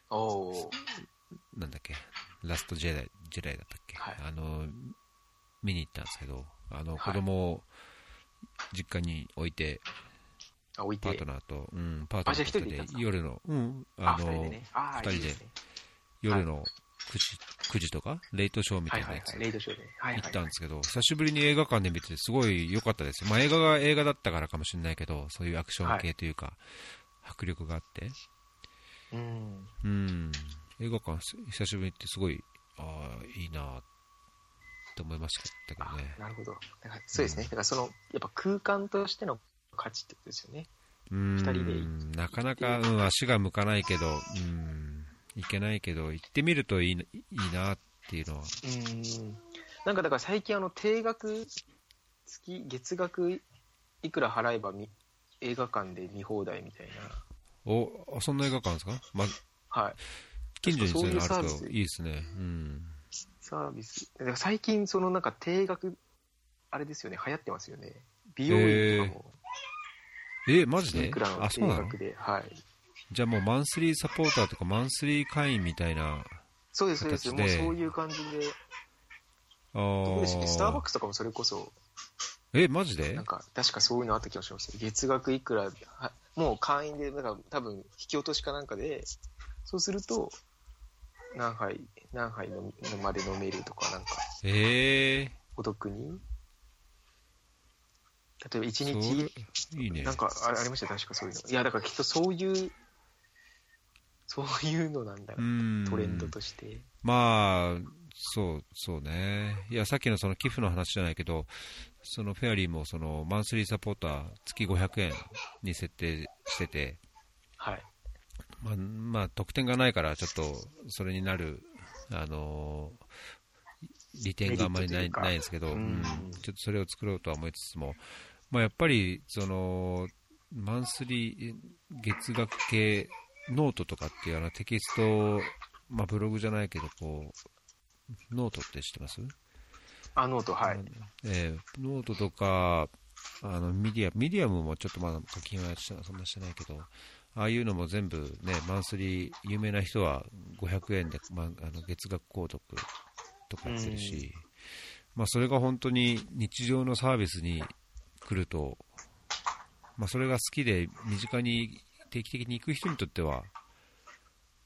Speaker 2: おお
Speaker 1: なんだっけ、ラストジェダイ、ジェダイだったっけ、
Speaker 2: はい
Speaker 1: あの、見に行ったんですけど、あの、
Speaker 2: い
Speaker 1: 子供を実家に置いて、
Speaker 2: あ、置い
Speaker 1: パ
Speaker 2: て。
Speaker 1: ートナーと、うん、パートナ
Speaker 2: じゃ
Speaker 1: ー
Speaker 2: あ一
Speaker 1: と
Speaker 2: 人で行ったんですか
Speaker 1: 夜の、うん、
Speaker 2: あ、
Speaker 1: あ
Speaker 2: 二人で
Speaker 1: の、
Speaker 2: ね。ああ、
Speaker 1: 二人
Speaker 2: いい
Speaker 1: で
Speaker 2: ですね。
Speaker 1: 夜の9時、9時とか、レイトショーみた
Speaker 2: はい
Speaker 1: い
Speaker 2: は
Speaker 1: ないやつ
Speaker 2: はい。レイドショーで。はいはい
Speaker 1: 行
Speaker 2: は
Speaker 1: っ
Speaker 2: い。
Speaker 1: たんですけど、久しぶりに映画館で見ててすごい良かったですよ。まあ映画が映画だったからかもしれないけど、そういうアクション系というか、迫力があって、
Speaker 2: うん。
Speaker 1: うん、映画館す久しぶりに行ってすごい、ああ、いいなあって思いましたけど
Speaker 2: あ
Speaker 1: ね。
Speaker 2: なるほど。だからそうですね。だからその、やっぱ空間としての価値ってことですよね。
Speaker 1: うん、
Speaker 2: 人で
Speaker 1: なかなか、うん、足が向かないけど、うん、行けないけど、行ってみるといいないいなっていうのは、
Speaker 2: うん。なんかだから最近あの、定額、月、月額いくら払えばみ映画館で見放題みたいな。
Speaker 1: お、あそんな映画館ですかまあ、
Speaker 2: はい。
Speaker 1: 近所にそういうのあるんで
Speaker 2: そういうサ
Speaker 1: す
Speaker 2: ービ
Speaker 1: け
Speaker 2: ス
Speaker 1: ど、いいですね。うん。
Speaker 2: サービス。だから最近そのなんか定額、あれですよね、流行ってますよね。美容院とかも
Speaker 1: え、マジで
Speaker 2: いくらの
Speaker 1: あ、
Speaker 2: 定
Speaker 1: そうなの
Speaker 2: 額で、はい。
Speaker 1: じゃあもうマンスリーサポーターとかマンスリー会員みたいな、
Speaker 2: そうです、そうです。
Speaker 1: 形
Speaker 2: もう
Speaker 1: で
Speaker 2: そういう感じで。
Speaker 1: あ
Speaker 2: どうでしたっけスターバッ
Speaker 1: ー
Speaker 2: クスとかもそれこそ、
Speaker 1: え、マジで
Speaker 2: なんか、確かそういうのあった気がしますよ。月額いくら、はもう会員で、なんか多分、引き落としかなんかで、そうすると、何杯、何杯飲みまで飲めるとか、なんか、
Speaker 1: え
Speaker 2: お得に。例えば1
Speaker 1: ー、
Speaker 2: 日、
Speaker 1: そう、いいね。
Speaker 2: なんかあありました、確かそういうの。いや、だからきっとそういう、そういうのなんだ
Speaker 1: う
Speaker 2: ろう、
Speaker 1: ん
Speaker 2: トレンドとして。
Speaker 1: まあ、そう、そうね。いや、さっきのその寄付の話じゃないけど、そのフェアリーもそのマンスリーサポーター月500円に設定してて、
Speaker 2: はい。
Speaker 1: まあ、まあ、得点がないから、ちょっと、それになる、あのー利点があんまりな
Speaker 2: メリ
Speaker 1: い
Speaker 2: ットというか
Speaker 1: ないんですけど、
Speaker 2: うん
Speaker 1: うんちょっとそれを作ろうとは思いつつも、まあ、やっぱり、その、マンスリー月額系ノートとかっていうあのテキスト、まあ、ブログじゃないけど、こう、ノートって知ってます
Speaker 2: あ、ノート、はい。
Speaker 1: えーノートとか、あのミディアミディアムもちょっとまだ課金はしたそんなしてないけど、ああいうのも全部ね、マンスリー、有名な人は500円で、まあ、あの月額購読とかするし、まあ、それが本当に日常のサービスに来ると、まあ、それが好きで身近に定期的に行く人にとっては、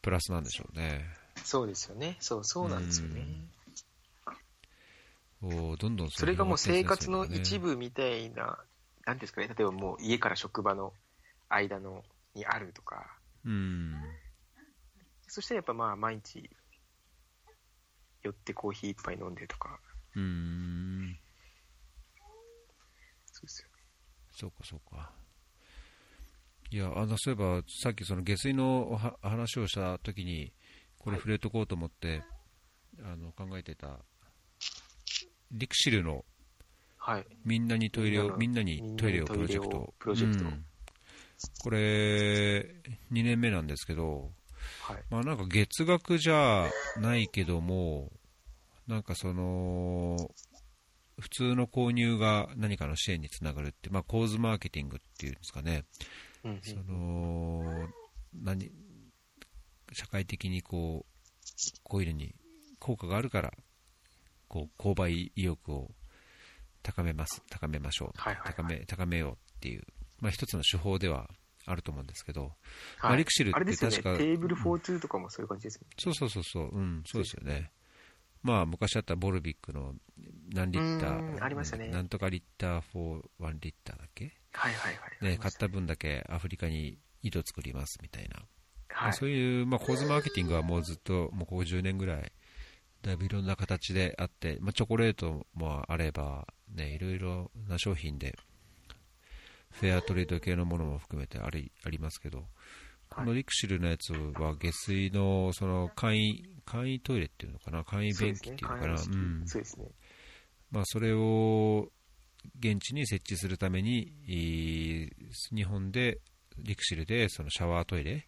Speaker 1: プラスなんでしょうね。
Speaker 2: そうですよね。そう、そうなんですよね。
Speaker 1: うんおーどんどん
Speaker 2: それがもう生活の一
Speaker 1: 部
Speaker 2: 部みたいな、なんていうんですかね、例えばもう家から職場の間のにあるとか、
Speaker 1: うん
Speaker 2: そしたらやっぱまあ毎日寄ってコーヒー一杯飲んでとか、
Speaker 1: うーん、
Speaker 2: そうですよね。
Speaker 1: そうかそうか。いや、あの、そういえば、さっきその下水のおは話をしたときに、これ触れとこうと思って、あの、考えてた、リクシルの
Speaker 2: はい。
Speaker 1: みんなにトイレを、み
Speaker 2: み
Speaker 1: ん
Speaker 2: ん
Speaker 1: な
Speaker 2: なの
Speaker 1: にトイレをプロジェクト。
Speaker 2: みんなにトイレをプロジェクト
Speaker 1: うんこれ、2年目なんですけど、
Speaker 2: はい。
Speaker 1: まあなんか月額じゃないけども、なんかその、普通の購入が何かの支援につながるって、まあ構図マーケティングっていうんですかね、
Speaker 2: うんうん
Speaker 1: その、何、社会的にこう、こういうのに効果があるから、こう、購買意欲を高めます、高めましょう、
Speaker 2: はいはいはい
Speaker 1: 高め、高めようっていう、まあ一つの手法ではあると思うんですけど、
Speaker 2: はい
Speaker 1: アレクシルって
Speaker 2: あれですよね、テ
Speaker 1: 確か
Speaker 2: ーブル42とかもそういう感じですね。
Speaker 1: そうそうそうそう、うん、そうですよね。まあ、昔あったボルビックの何リッタ
Speaker 2: う
Speaker 1: ー、
Speaker 2: んありましたね
Speaker 1: なんとかリッター4、1リッターだっけ、
Speaker 2: はいはいはい。
Speaker 1: ね、買った分だけアフリカに井戸作りますみたいな、ま
Speaker 2: は
Speaker 1: あ
Speaker 2: い。
Speaker 1: そういう、まあ、構図マーケティングはもうずっと、もうここ10年ぐらい、だいぶいろんな形であって、まあ、チョコレートもあれば、ね、いろいろな商品で、フェアトレード系のものも含めてありありますけど、このリクシルのやつは下水のその簡易簡易トイレっていうのかな、簡易
Speaker 2: そうで
Speaker 1: 便
Speaker 2: す
Speaker 1: 器っ
Speaker 2: ね
Speaker 1: ていうのかな、
Speaker 2: 簡易
Speaker 1: うん
Speaker 2: そうですね。
Speaker 1: まあ、それを現地に設置するために、えー日本で、リクシルでそのシャワートイレ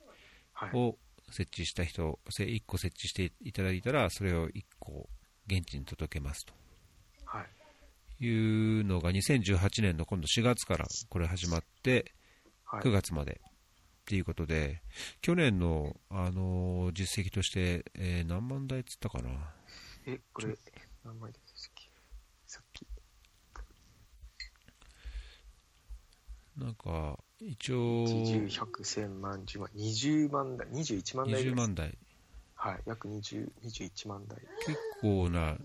Speaker 2: はい。
Speaker 1: を設置した人、せ1個設置していただいたら、それを1個現地に届けますと
Speaker 2: はい。
Speaker 1: いうのが2018年の今度4月からこれ始まって、
Speaker 2: はい
Speaker 1: 9月までっていうことで、去年の、あのー実績として、えー何万台っつったかな、
Speaker 2: え、これ、何枚でしたっけさっき。
Speaker 1: なんか一応
Speaker 2: 10、100、1000万、10万、20万台、21万台
Speaker 1: 20
Speaker 2: ぐらいです。
Speaker 1: 万台、
Speaker 2: はい、約20、21万台。
Speaker 1: 結構な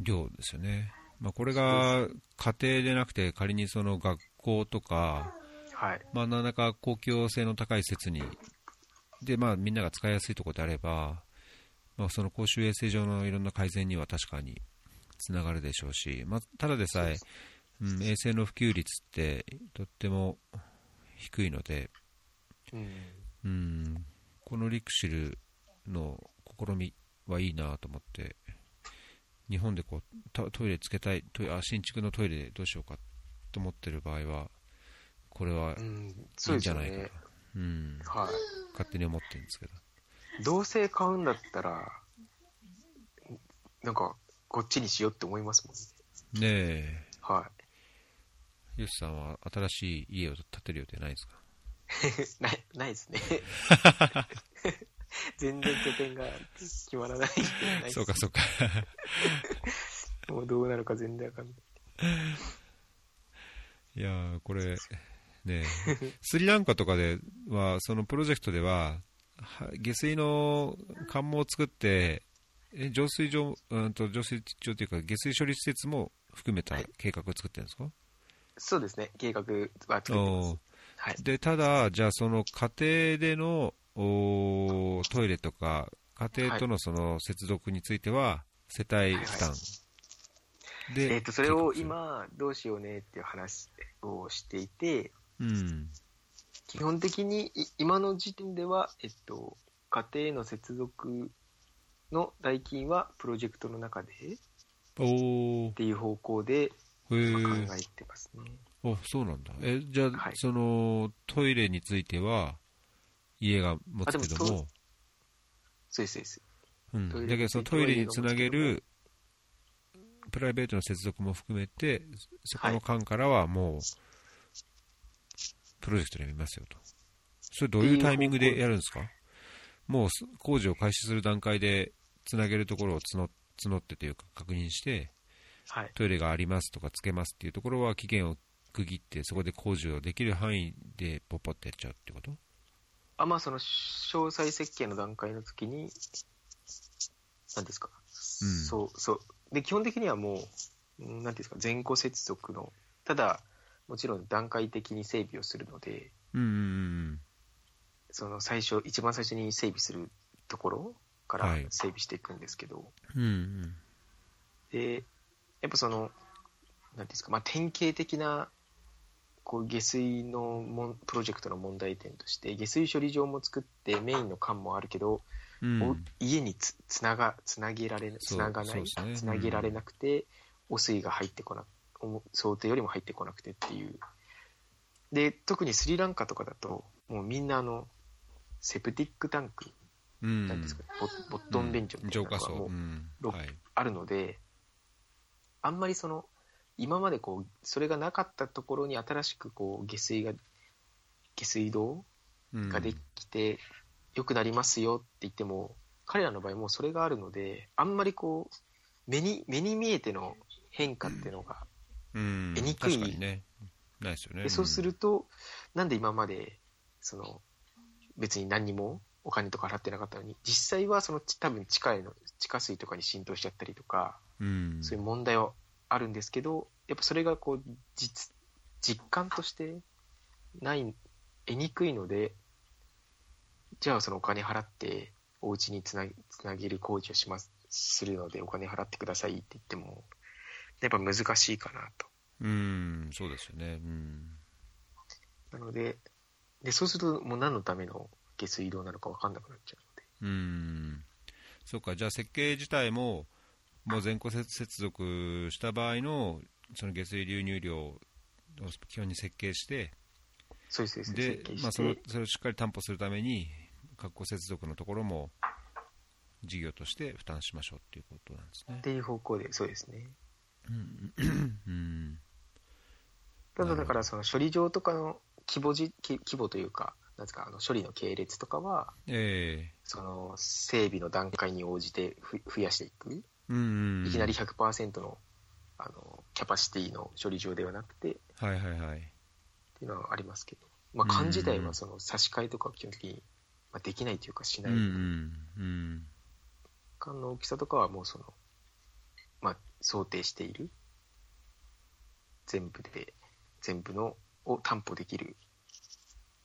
Speaker 1: 量ですよね、まあ、これが家庭でなくて、仮にその学校とか、
Speaker 2: はい、
Speaker 1: まあ、何らか公共性の高い施設に、でまあ、みんなが使いやすいところであれば、まあ、その公衆衛生上のいろんな改善には確かにつながるでしょうし、まあ、ただでさえ、うん、衛生の普及率ってとっても低いので、
Speaker 2: うん。
Speaker 1: うん、このリクシルの試みはいいなと思って、日本でこうトトイレつけたいトイレあ、新築のトイレどうしようかと思ってる場合は、これは
Speaker 2: うん、
Speaker 1: い
Speaker 2: そ
Speaker 1: い
Speaker 2: うんです
Speaker 1: じゃ
Speaker 2: よ
Speaker 1: ないか
Speaker 2: ね。
Speaker 1: な、うん、
Speaker 2: は
Speaker 1: 勝手に思ってるんですけど、
Speaker 2: い。どうせ買うんだったら、なんか、こっちにしようって思いますもんね。
Speaker 1: ねえ、
Speaker 2: はい。 [laughs]
Speaker 1: ヨシさんは新しい家を建てる予定ないですか
Speaker 2: ないないですね [laughs] 全然拠点が決まらないっていうのはないです
Speaker 1: そうかそう [laughs] か。
Speaker 2: もうどうなるか全然わかんない
Speaker 1: いやーこれ、ね、スリランカとかでは、そのプロジェクトでは、は下水の関門を作って、え浄水場、うんと浄水場というか、下水処理施設も含めた
Speaker 2: はい
Speaker 1: 計画を作ってるんですか、
Speaker 2: そうですね計画は作ってます
Speaker 1: おー
Speaker 2: はい
Speaker 1: でただ、じゃあ、その家庭でのおートイレとか、家庭とのその接続については、世帯負担で、
Speaker 2: えっとそれを、今どうしようねっていう話をしていて
Speaker 1: うん、
Speaker 2: 基本的にい今の時点では、えっと、家庭への接続の代金はプロジェクトの中でっ
Speaker 1: おー
Speaker 2: ていう方向で
Speaker 1: へ
Speaker 2: まあ考
Speaker 1: ー
Speaker 2: えてますね、
Speaker 1: あそうなんだえじゃあ、
Speaker 2: はい
Speaker 1: そのトイレについては家が持つけど
Speaker 2: あで
Speaker 1: も
Speaker 2: もそうですそうです
Speaker 1: うん、
Speaker 2: トイレ
Speaker 1: だけどそのトイレにつなげるプライベートの接続も含めてそこの間からはもうプロジェクトで見ますよとそれどういうタイミングでやるんですかもうす工事を開始する段階でつなげるところを募募ってというか確認して
Speaker 2: はい
Speaker 1: トイレがありますとかつけますっていうところは期限を区切ってそこで工事をできる範囲でポッポってやっちゃうってこと
Speaker 2: あまあその詳細設計の段階の時に何ですか、そうそうで基本的にはもううんなんていうんですか全戸接続のただもちろん段階的に整備をするので
Speaker 1: うんうんうん
Speaker 2: その最初一番最初に整備するところから
Speaker 1: はい
Speaker 2: 整備していくんですけど、
Speaker 1: うんうん
Speaker 2: でやっぱそのなんていうんですか、まあ、典型的なこう下水のもんプロジェクトの問題点として下水処理場も作ってメインの管もあるけど、
Speaker 1: うんう
Speaker 2: お
Speaker 1: ん
Speaker 2: 家につつながつなげられな
Speaker 1: そ
Speaker 2: つ
Speaker 1: う
Speaker 2: ながな
Speaker 1: そう
Speaker 2: い
Speaker 1: ですね
Speaker 2: つなげられなくて、お水が入ってこなお想定よりも入ってこなくてっていうで特にスリランカとかだともうみんなあのセプティックタンク
Speaker 1: うん
Speaker 2: なんですか、ねボボットン便所みたい
Speaker 1: 浄
Speaker 2: なの
Speaker 1: 化
Speaker 2: が
Speaker 1: 層
Speaker 2: も
Speaker 1: う
Speaker 2: うんろ
Speaker 1: はい
Speaker 2: あるので、あんまりその今までこうそれがなかったところに新しくこう下水が下水道
Speaker 1: うん
Speaker 2: ができて良くなりますよって言っても彼らの場合もうそれがあるのであんまりこう目に目に見えての変化っていうのが、
Speaker 1: うん
Speaker 2: 得にくい
Speaker 1: 確かにねないですよね
Speaker 2: でそうするとなんで今までその別に何にもお金とか払ってなかったのに実際はそのち多分地下への地下水とかに浸透しちゃったりとか
Speaker 1: うん
Speaker 2: そういう問題はあるんですけどやっぱそれがこう実実感としてない得にくいのでじゃあそのお金払ってお家につなつなげる工事をしますするのでお金払ってくださいって言ってもやっぱ難しいかなと。
Speaker 1: うんそうですよねうん
Speaker 2: なのででそうするともう何のための下水道なのか分かんなくなっちゃうので
Speaker 1: うんそうかじゃあ設計自体ももう全戸接接続した場合のその下水流入量を基本に設計して
Speaker 2: そうですそうです
Speaker 1: で
Speaker 2: 設計、
Speaker 1: まあ、
Speaker 2: し
Speaker 1: そ
Speaker 2: て、
Speaker 1: のそれをしっかり担保するために、学校接続のところも事業として負担しましょうっていうことなんです
Speaker 2: っ
Speaker 1: ね。
Speaker 2: ていう方向でそうですね
Speaker 1: うん、なる
Speaker 2: ただ
Speaker 1: ほど
Speaker 2: だからその処理場とかの規模じ規規模というかなんですかあの処理の系列とかは
Speaker 1: え
Speaker 2: その整備の段階に応じてふ増やしていく
Speaker 1: えうん、
Speaker 2: いきなり。100%のあのキャパシティの処理場ではなくてっ
Speaker 1: はいはいはい。
Speaker 2: ていうのはありますけど、まあ、
Speaker 1: うん
Speaker 2: 管自体はその差し替えとかは基本的に、まあ、できないというかし
Speaker 1: う
Speaker 2: なんい
Speaker 1: うんうん
Speaker 2: 管の大きさとかはもうその、まあ、想定している全部で全部のを担保できる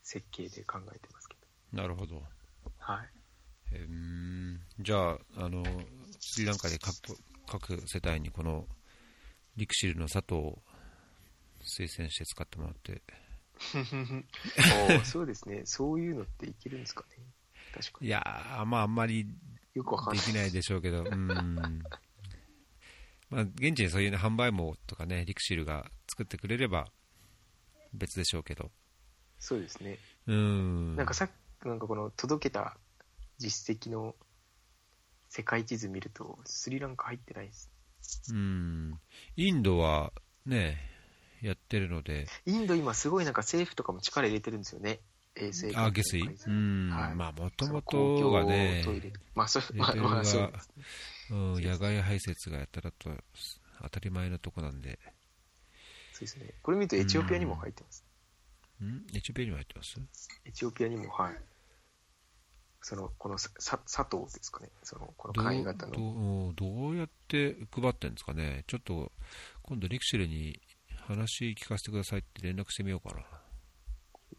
Speaker 2: 設計で考えてますけど。
Speaker 1: なるほど。
Speaker 2: はい
Speaker 1: えーうーんじゃあ、あの、スリランカで各各世帯にこのリクシルの佐藤を推薦して使ってもらって、
Speaker 2: おーそうですね、そういうのっていけるんですかね、確か
Speaker 1: い
Speaker 2: に。
Speaker 1: やー、まあ、あんまり
Speaker 2: よくわかん
Speaker 1: で
Speaker 2: ない。
Speaker 1: きないでしょう
Speaker 2: [laughs]
Speaker 1: けど、うん。まあ、現地でそういうね販売網とかね、リクシルが作ってくれれば別でしょうけど、
Speaker 2: そうですね。
Speaker 1: うん。
Speaker 2: なんかさっき、なんかこの届けた実績の世界地図見ると、スリランカ入ってないです。
Speaker 1: うん。インドはね、やってるので、
Speaker 2: インド今すごいなんか政府とかも力入れてるんですよね。衛生
Speaker 1: あ、下水。う
Speaker 2: も
Speaker 1: ん。
Speaker 2: はい
Speaker 1: まあ、もともとがね、
Speaker 2: トイレ。まあ、それ、
Speaker 1: レ
Speaker 2: まあ、
Speaker 1: ベルが
Speaker 2: まあ、そう。
Speaker 1: うん、野外排泄がやたらと当たり前のとこなんで、
Speaker 2: そうですね。これ見るとエチオピアにも入ってます。
Speaker 1: んエチオピアにも入ってます
Speaker 2: エチオピアにも、はい。その、このさ、さ佐藤ですかね。その、この
Speaker 1: ど
Speaker 2: 簡易
Speaker 1: う
Speaker 2: 型の。
Speaker 1: どうどうやって配ってんですかね、ちょっと今度、リクシルに話聞かせてくださいって連絡してみようかな。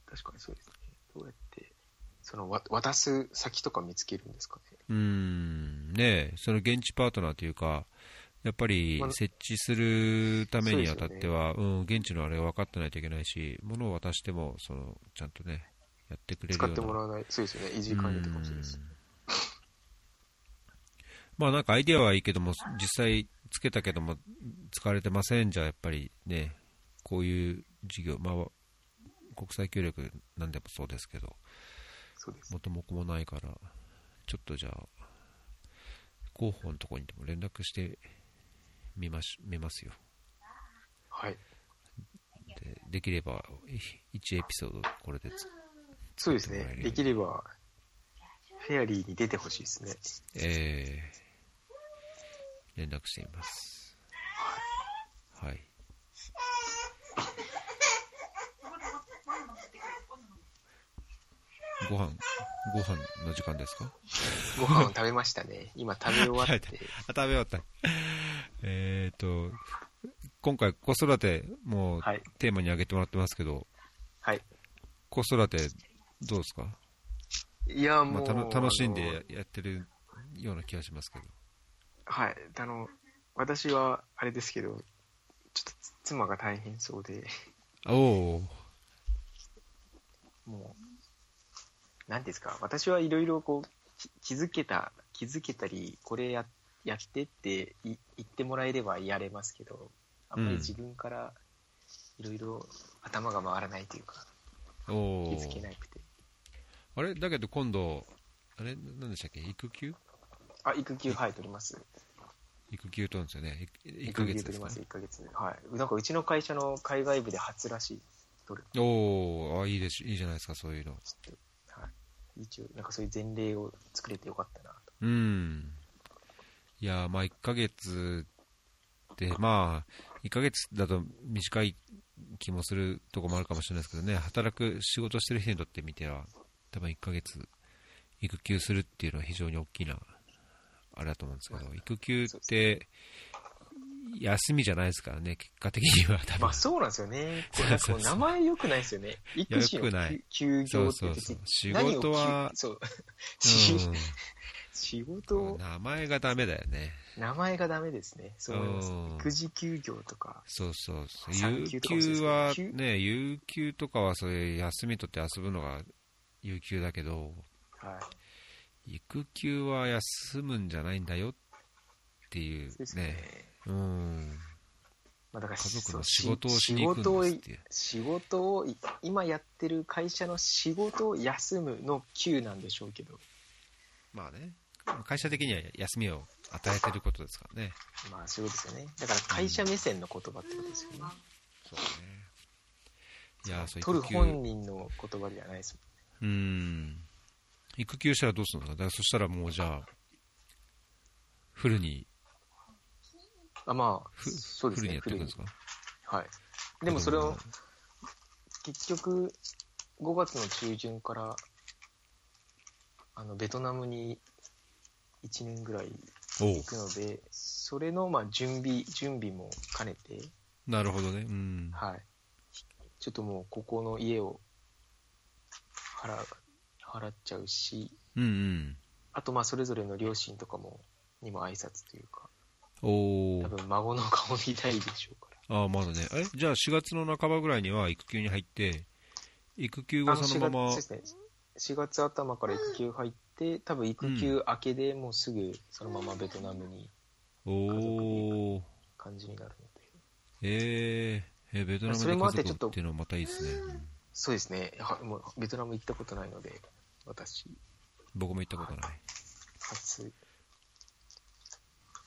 Speaker 2: 確かにそうですね。どうやって、その、わ渡す先とか見つけるんですかね。
Speaker 1: うーんねえ、その現地パートナーというか、やっぱり
Speaker 2: まあ
Speaker 1: 設置するためにあたっ
Speaker 2: そうで
Speaker 1: て
Speaker 2: すよ
Speaker 1: は、うん、現地のあれが分かってないといけないし、物を渡しても、そのちゃんとね、やってくれる
Speaker 2: 使
Speaker 1: よう
Speaker 2: っ
Speaker 1: な
Speaker 2: てもらわない。そうですよね。維持管理とかもそうです
Speaker 1: うん。まあなんかアイデアはいいけども、実際つけたけども、使われてませんじゃ、やっぱりね、こういう事業、まあ、国際協力なんでもそうですけど、
Speaker 2: そうです。
Speaker 1: 元も子もないから、ちょっとじゃあ、広報のところにでも連絡してみまし見ますよ。
Speaker 2: はい。
Speaker 1: でできれば、1エピソードこれでつ、
Speaker 2: そうです
Speaker 1: 使ってもらえる。
Speaker 2: ね
Speaker 1: ように
Speaker 2: できれば、フェアリーに出てほしい
Speaker 1: [laughs]
Speaker 2: ですね。
Speaker 1: えー連絡しています。はい。ご飯、ご飯の時間ですか
Speaker 2: ご飯を食べましたね。今食べ終
Speaker 1: [laughs]
Speaker 2: わっ
Speaker 1: 食べ
Speaker 2: て。
Speaker 1: あ、食べ終わった。えっと、今回子育て、もう
Speaker 2: はい
Speaker 1: テーマに挙げてもらってますけど、
Speaker 2: はい。
Speaker 1: 子育てどうですか、
Speaker 2: いや、
Speaker 1: ま
Speaker 2: も
Speaker 1: あ、
Speaker 2: う、
Speaker 1: たの楽しん
Speaker 2: あの
Speaker 1: でやってるような気がしますけど。
Speaker 2: はい。あの、私は、あれですけど、ちょっと妻が大変そうで、
Speaker 1: おお
Speaker 2: もう、なんていうんですか、私はいろいろこう、き気づけた、気づけたり、これややってってい言ってもらえればやれますけど、あんまり自分からいろいろ頭が回らないというか、
Speaker 1: お
Speaker 2: 気
Speaker 1: お
Speaker 2: づけなくて。
Speaker 1: あれだけど今度、あれなんでしたっけ育休
Speaker 2: あ、育休、はい、取ります。
Speaker 1: 育休とるんですよね。1ヶ
Speaker 2: 育休
Speaker 1: 月です
Speaker 2: 取り
Speaker 1: か、
Speaker 2: ます、1ヶ月。はい。なんかうちの会社の海外部で初らしい、取る。
Speaker 1: おおあ、いいでし、いいじゃないですか、そういうの。
Speaker 2: ちょっと、はい。一応、なんかそういう前例を作れてよかったなと。
Speaker 1: うん。いやー、まあ1ヶ月って、まあ、1ヶ月だと短い気もするとこもあるかもしれないですけどね、働く、仕事してる人にとってみては、多分1ヶ月、育休するっていうのは非常に大きな、あれだと思うんですけど、育休って、休みじゃないですからね、結果的には多
Speaker 2: ま
Speaker 1: 分
Speaker 2: あ。そうなんですよね。これなんかもう名前良くないですよね。育児
Speaker 1: 良
Speaker 2: の
Speaker 1: くない
Speaker 2: 休休業って
Speaker 1: そうそう
Speaker 2: 別に
Speaker 1: そう
Speaker 2: 何を
Speaker 1: 仕事は
Speaker 2: きそう。仕
Speaker 1: う
Speaker 2: 事
Speaker 1: ん、
Speaker 2: を、
Speaker 1: 名前がダメだよね。
Speaker 2: 名前がダメですね。そう思います
Speaker 1: うん。
Speaker 2: 育児休業とか。
Speaker 1: そうそうそう。
Speaker 2: 産
Speaker 1: 有
Speaker 2: 休とかもそうで
Speaker 1: 給
Speaker 2: すけど
Speaker 1: は
Speaker 2: 休、
Speaker 1: ね、有給とかはそういう休み取って遊ぶのが有給だけど、
Speaker 2: はい。
Speaker 1: 育休は休むんじゃないんだよっていう
Speaker 2: そうですね。
Speaker 1: ね。うん。
Speaker 2: まあだから
Speaker 1: 家族
Speaker 2: そ
Speaker 1: の
Speaker 2: う
Speaker 1: 仕事をしに行くんですっていう
Speaker 2: 仕事を仕事をい今やってる会社の仕事を休むの休なんでしょうけど
Speaker 1: まあね。会社的には休みを与えてることですからね。
Speaker 2: まあそういうことですよねだから会社目線の言葉ってことですよね、
Speaker 1: そうね。いやー、そう
Speaker 2: 取る
Speaker 1: 育
Speaker 2: 本
Speaker 1: 休。
Speaker 2: 人の言葉じゃないです
Speaker 1: うん。育休したらどうするのだからそしたらもうじゃあ、フルに、
Speaker 2: もんあまあ
Speaker 1: フ
Speaker 2: そうです
Speaker 1: フルに
Speaker 2: ね
Speaker 1: やっていくんですか
Speaker 2: はいでもそれ
Speaker 1: 子供
Speaker 2: を
Speaker 1: の
Speaker 2: 結局5月の中旬からあのベトナムに1年ぐらい
Speaker 1: おう
Speaker 2: 行くのでそれのまあ準備準備も兼ねて
Speaker 1: なるほどね。うん。
Speaker 2: はい。ちょっともう、ここの家を払う、払っちゃうし、
Speaker 1: うんうん。
Speaker 2: あと、まあ、それぞれの両親とかも、にも挨拶というか、
Speaker 1: おー。
Speaker 2: 多分孫の顔見たいでしょうから。
Speaker 1: ああ、まだね。え、じゃあ4月の半ばぐらいには育休に入って、育休
Speaker 2: あ
Speaker 1: 後
Speaker 2: の
Speaker 1: そのまま
Speaker 2: 4、月ですね。4月頭から育休入って、多分育休明けでもうすぐそのままベトナムに
Speaker 1: おー。
Speaker 2: 感じになるので。
Speaker 1: えー、え、ベトナムで
Speaker 2: それもあって
Speaker 1: 家
Speaker 2: ちょっ
Speaker 1: 族
Speaker 2: と
Speaker 1: っていうのはまたいいですね。うん
Speaker 2: そうですね。はもうベトナム行ったことないので、私、
Speaker 1: 僕も行ったことない。
Speaker 2: 初。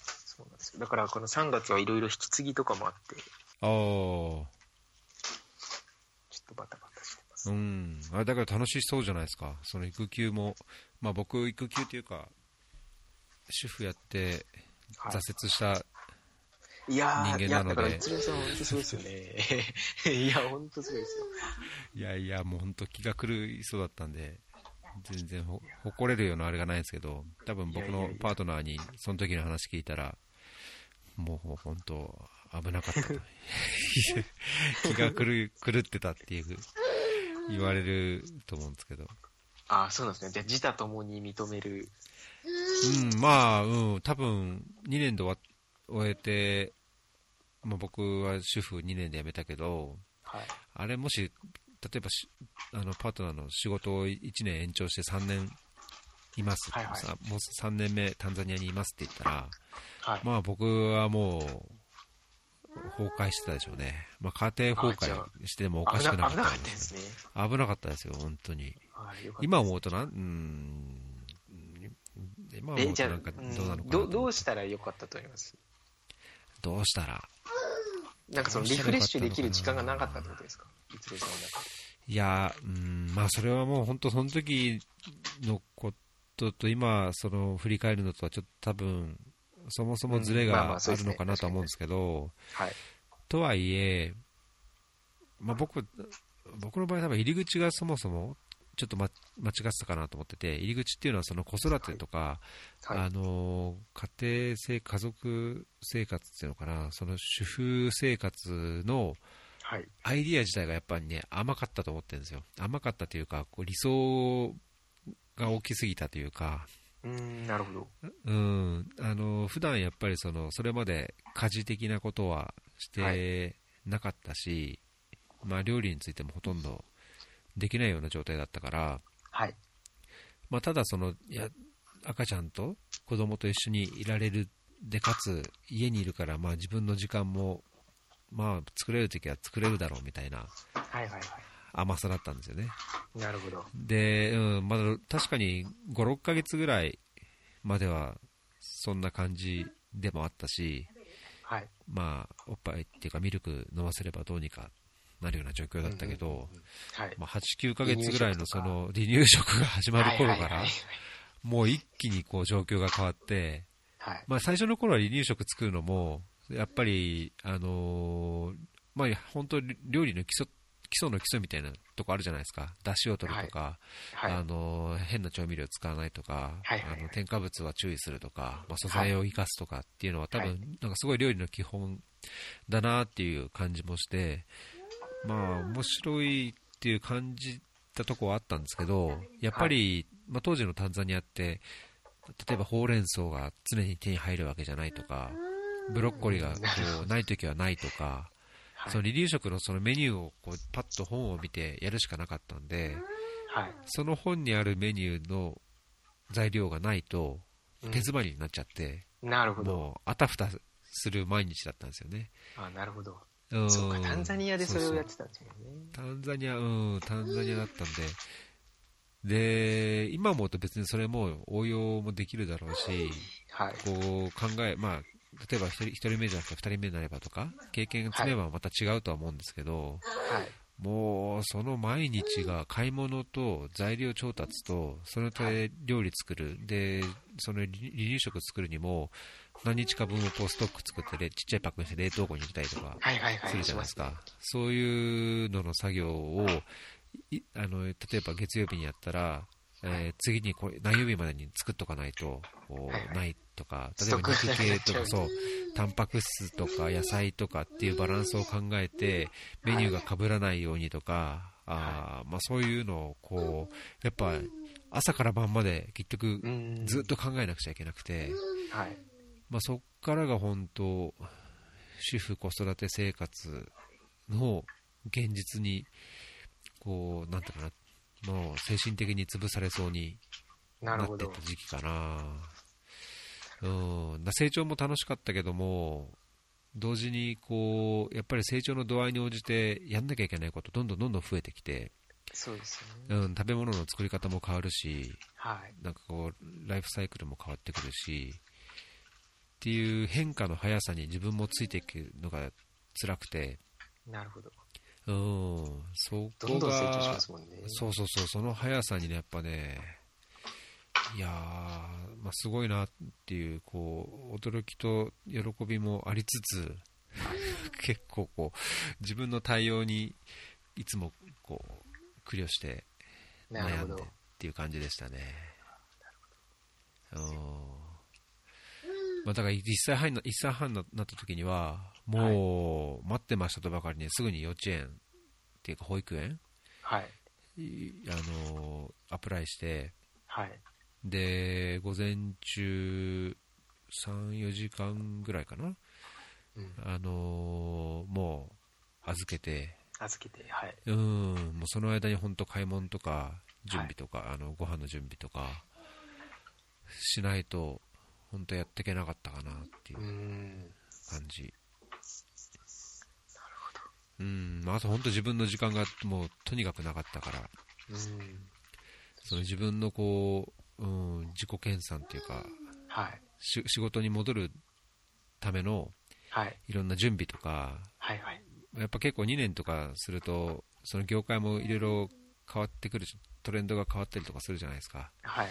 Speaker 2: そうなんですよ。だからこの3月はいろいろ引き継ぎとかもあって、
Speaker 1: ああ、
Speaker 2: ちょっとバタバタしてます。ます。
Speaker 1: うん、あだから楽しそうじゃないですか、その育休も、まあ、僕、育休というか、主婦やって
Speaker 2: はい
Speaker 1: 挫折した、
Speaker 2: いやー、
Speaker 1: 人間
Speaker 2: いや
Speaker 1: なので
Speaker 2: だから、一郎さん、本当すごいですよね。 [laughs] いや、本当すごいですよ。
Speaker 1: い、やいや、もう本当、気が狂いそうだったんで、全然ほ誇れるようなあれがないんですけど、多分僕
Speaker 2: いやい
Speaker 1: の
Speaker 2: やいや
Speaker 1: パートナーにその時の話聞いたら、もう本当、危なかったと、
Speaker 2: [laughs]
Speaker 1: 気が狂い狂ってたっていう言われると思うんですけど。
Speaker 2: ああ、そうなんですね。じゃあ、自他ともに認める。
Speaker 1: うん、まあ、うん、多分2年で終わ終えて、まあ、僕は主婦2年で辞めたけど、
Speaker 2: はい。
Speaker 1: あれもし、例えばしあのパートナーの仕事を1年延長して3年います、
Speaker 2: はいはい
Speaker 1: さもう3年目、タンザニアにいますって言ったら、
Speaker 2: はい。
Speaker 1: まあ、僕はもう崩壊してたでしょうね、まあ、家庭崩壊してもおかしく
Speaker 2: 危な
Speaker 1: な
Speaker 2: 危
Speaker 1: か
Speaker 2: な
Speaker 1: っ
Speaker 2: か
Speaker 1: た
Speaker 2: ったですね。
Speaker 1: 危なかったですよ、本当に。
Speaker 2: はいよかった
Speaker 1: 今思うとなん、うん、今思
Speaker 2: え
Speaker 1: う
Speaker 2: じ
Speaker 1: と
Speaker 2: ゃあ、
Speaker 1: な
Speaker 2: うん
Speaker 1: かどうなのかなと
Speaker 2: ん
Speaker 1: 思って
Speaker 2: どどうしたらよかったと思います
Speaker 1: どうしたら
Speaker 2: なんかそのリフレッシュできる時間がなかったってことですか一郎さん
Speaker 1: いやー、うん、まあ、それはもう本当、その時のことと、今、その振り返るのとは、ちょっと多分、そもそもズレ
Speaker 2: うんまあま
Speaker 1: が
Speaker 2: あ
Speaker 1: あ
Speaker 2: そう
Speaker 1: る
Speaker 2: ですね
Speaker 1: のかなとは思うんですけど、
Speaker 2: は。はい。
Speaker 1: とはいえ、まあ、僕、僕の場合、多分入り口がそもそも、ちょっとま間違ってたかなと思ってて、入り口っていうのは、その子育てとか、
Speaker 2: は
Speaker 1: あ
Speaker 2: い。
Speaker 1: の家庭生、家族生活っていうのかな、その主婦生活の、
Speaker 2: はい。
Speaker 1: アイディア自体がやっぱりね、甘かったと思ってるんですよ。甘かったというか、こう理想が大きすぎたというか、
Speaker 2: うーん、なるほど。
Speaker 1: うん、あの、普段やっぱりその、それまで家事的なことはしてなかったし、まあ料理についてもほとんどできないような状態だったから、
Speaker 2: はい。
Speaker 1: まあただその、いや、赤ちゃんと子供と一緒にいられるで、かつ家にいるから、まあ自分の時間も、まあ作れるときは作れるだろうみたいな
Speaker 2: はいはいは
Speaker 1: 甘さだったんですよね。
Speaker 2: い。なるほど。
Speaker 1: で、うん、まだ確かに5、6ヶ月ぐらいまではそんな感じでもあったし、
Speaker 2: はい。
Speaker 1: まあ、おっぱいっていうかミルク飲ませればどうにかなるような状況だったけど、
Speaker 2: はい。
Speaker 1: まあ、8、9ヶ月ぐらいのその離乳食が始ま
Speaker 2: は
Speaker 1: る
Speaker 2: い
Speaker 1: 頃
Speaker 2: はい
Speaker 1: か
Speaker 2: はい
Speaker 1: ら、もう一気にこう状況が変わって、
Speaker 2: はい。
Speaker 1: まあ、最初の頃は離乳食作るのも、やっぱり、あのーまあ、本当料理の基礎、基礎の基礎みたいなとこあるじゃないですか。出汁を取るとか、
Speaker 2: はい。
Speaker 1: あの変な調味料使わないとか、
Speaker 2: はいはいはい
Speaker 1: あの添加物は注意するとか、まあ、素材を生かすとかっていうのは、多分、
Speaker 2: はい
Speaker 1: なんかすごい料理の基本だなっていう感じもして、まあ、面白いっていう感じたとこはあったんですけど、やっぱり、まあ、当時のタンザニアって、例えばほうれん草が常に手に入るわけじゃないとか、ブロッコリーがこうないときはないとか、
Speaker 2: [laughs] はい
Speaker 1: その離乳食のそのメニューをこうパッと本を見てやるしかなかったんで、
Speaker 2: はい。
Speaker 1: その本にあるメニューの材料がないと、手詰まりになっちゃって、
Speaker 2: なるほど。
Speaker 1: もう、あたふたする毎日だったんですよね。
Speaker 2: あなるほど。
Speaker 1: ん
Speaker 2: そうか、タンザニアでそれをやっ
Speaker 1: そう
Speaker 2: てたんですよね。
Speaker 1: そうタンザニア、うん、タンザニアだったんで、で、今思うと別にそれも応用もできるだろうし、
Speaker 2: はい。
Speaker 1: こう考え、まあ、例えば一人一人目じゃなくて二人目になればとか、経験が積めばまた違うとは思うんですけど、
Speaker 2: はい。
Speaker 1: もうその毎日が買い物と材料調達とその他で料理作るでその離乳食作るにも何日か分をこうストック作ってでちっちゃいパックにして冷凍庫に入れたりとか
Speaker 2: はいはいはい。
Speaker 1: するじゃないですか、そういうのの作業をいあの例えば月曜日にやったら、えー次にこれ何曜日までに作っとかないとこう
Speaker 2: はいはい
Speaker 1: ないとか例え
Speaker 2: ストッ
Speaker 1: ば
Speaker 2: クが
Speaker 1: 肉系と
Speaker 2: なくなっ
Speaker 1: か
Speaker 2: ちゃ
Speaker 1: そうタンパク質とか野菜とかっていうバランスを考えてメニューが被らないようにとか、あーまあ、そういうのをこうやっぱ朝から晩まで結局
Speaker 2: うん。
Speaker 1: ずっと考えなくちゃいけなくて。
Speaker 2: はい。
Speaker 1: まあ、そこからが本当、主婦子育て生活の現実に、こう、なんていうかな、もう精神的に潰されそうに
Speaker 2: な
Speaker 1: な
Speaker 2: る
Speaker 1: っ
Speaker 2: ほ
Speaker 1: てっ
Speaker 2: ど
Speaker 1: た。時期かな。うん、だ成長も楽しかったけども、同時にこう、やっぱり成長の度合いに応じてやんなきゃいけないこと、どんどんどんどん増えてきて、
Speaker 2: そうですよね。
Speaker 1: うん、食べ物の作り方も変わるし、
Speaker 2: はい。
Speaker 1: なんかこう、ライフサイクルも変わってくるし、っていう変化の速さに自分もついていくのが辛くて、
Speaker 2: なるほど。
Speaker 1: うん、そ
Speaker 2: どん
Speaker 1: こ
Speaker 2: どん成長し
Speaker 1: が
Speaker 2: ますもんね。
Speaker 1: そうそうそう、その速さにね、やっぱね、いやー、まあ、すごいなっていう、こう、驚きと喜びもありつ
Speaker 2: [laughs]
Speaker 1: つ、結構こう、自分の対応にいつもこう、苦慮して
Speaker 2: なる
Speaker 1: 悩
Speaker 2: ほ
Speaker 1: ん
Speaker 2: ど
Speaker 1: でっ。ていう感じでしたね。うんまあ、だから1歳半にな ,1 歳半になった時には、もう待ってましたとばかりに、すぐに幼稚園っていうか保育園
Speaker 2: はい。
Speaker 1: いあのアプライして、
Speaker 2: はい。
Speaker 1: で、午前中、3、4時間ぐらいかな、
Speaker 2: うん。
Speaker 1: あのもう預けて、
Speaker 2: 預けて、はい。
Speaker 1: うん、もうその間に本当、買い物とか、準備とか、あのご飯の準備とか、しないと、本当やっていけなかったかなっていう
Speaker 2: うーん。
Speaker 1: 感じ。うん、まああと本当自分の時間がもうとにかくなかったから、
Speaker 2: うーん。
Speaker 1: その自分のこう、うん、自己研鑽っていうか、
Speaker 2: はい。
Speaker 1: し仕事に戻るための
Speaker 2: はい。
Speaker 1: いろんな準備とか、
Speaker 2: はい。はい。
Speaker 1: やっぱ結構2年とかすると、その業界もいろいろ変わってくるし、トレンドが変わったりとかするじゃないですか、
Speaker 2: はい。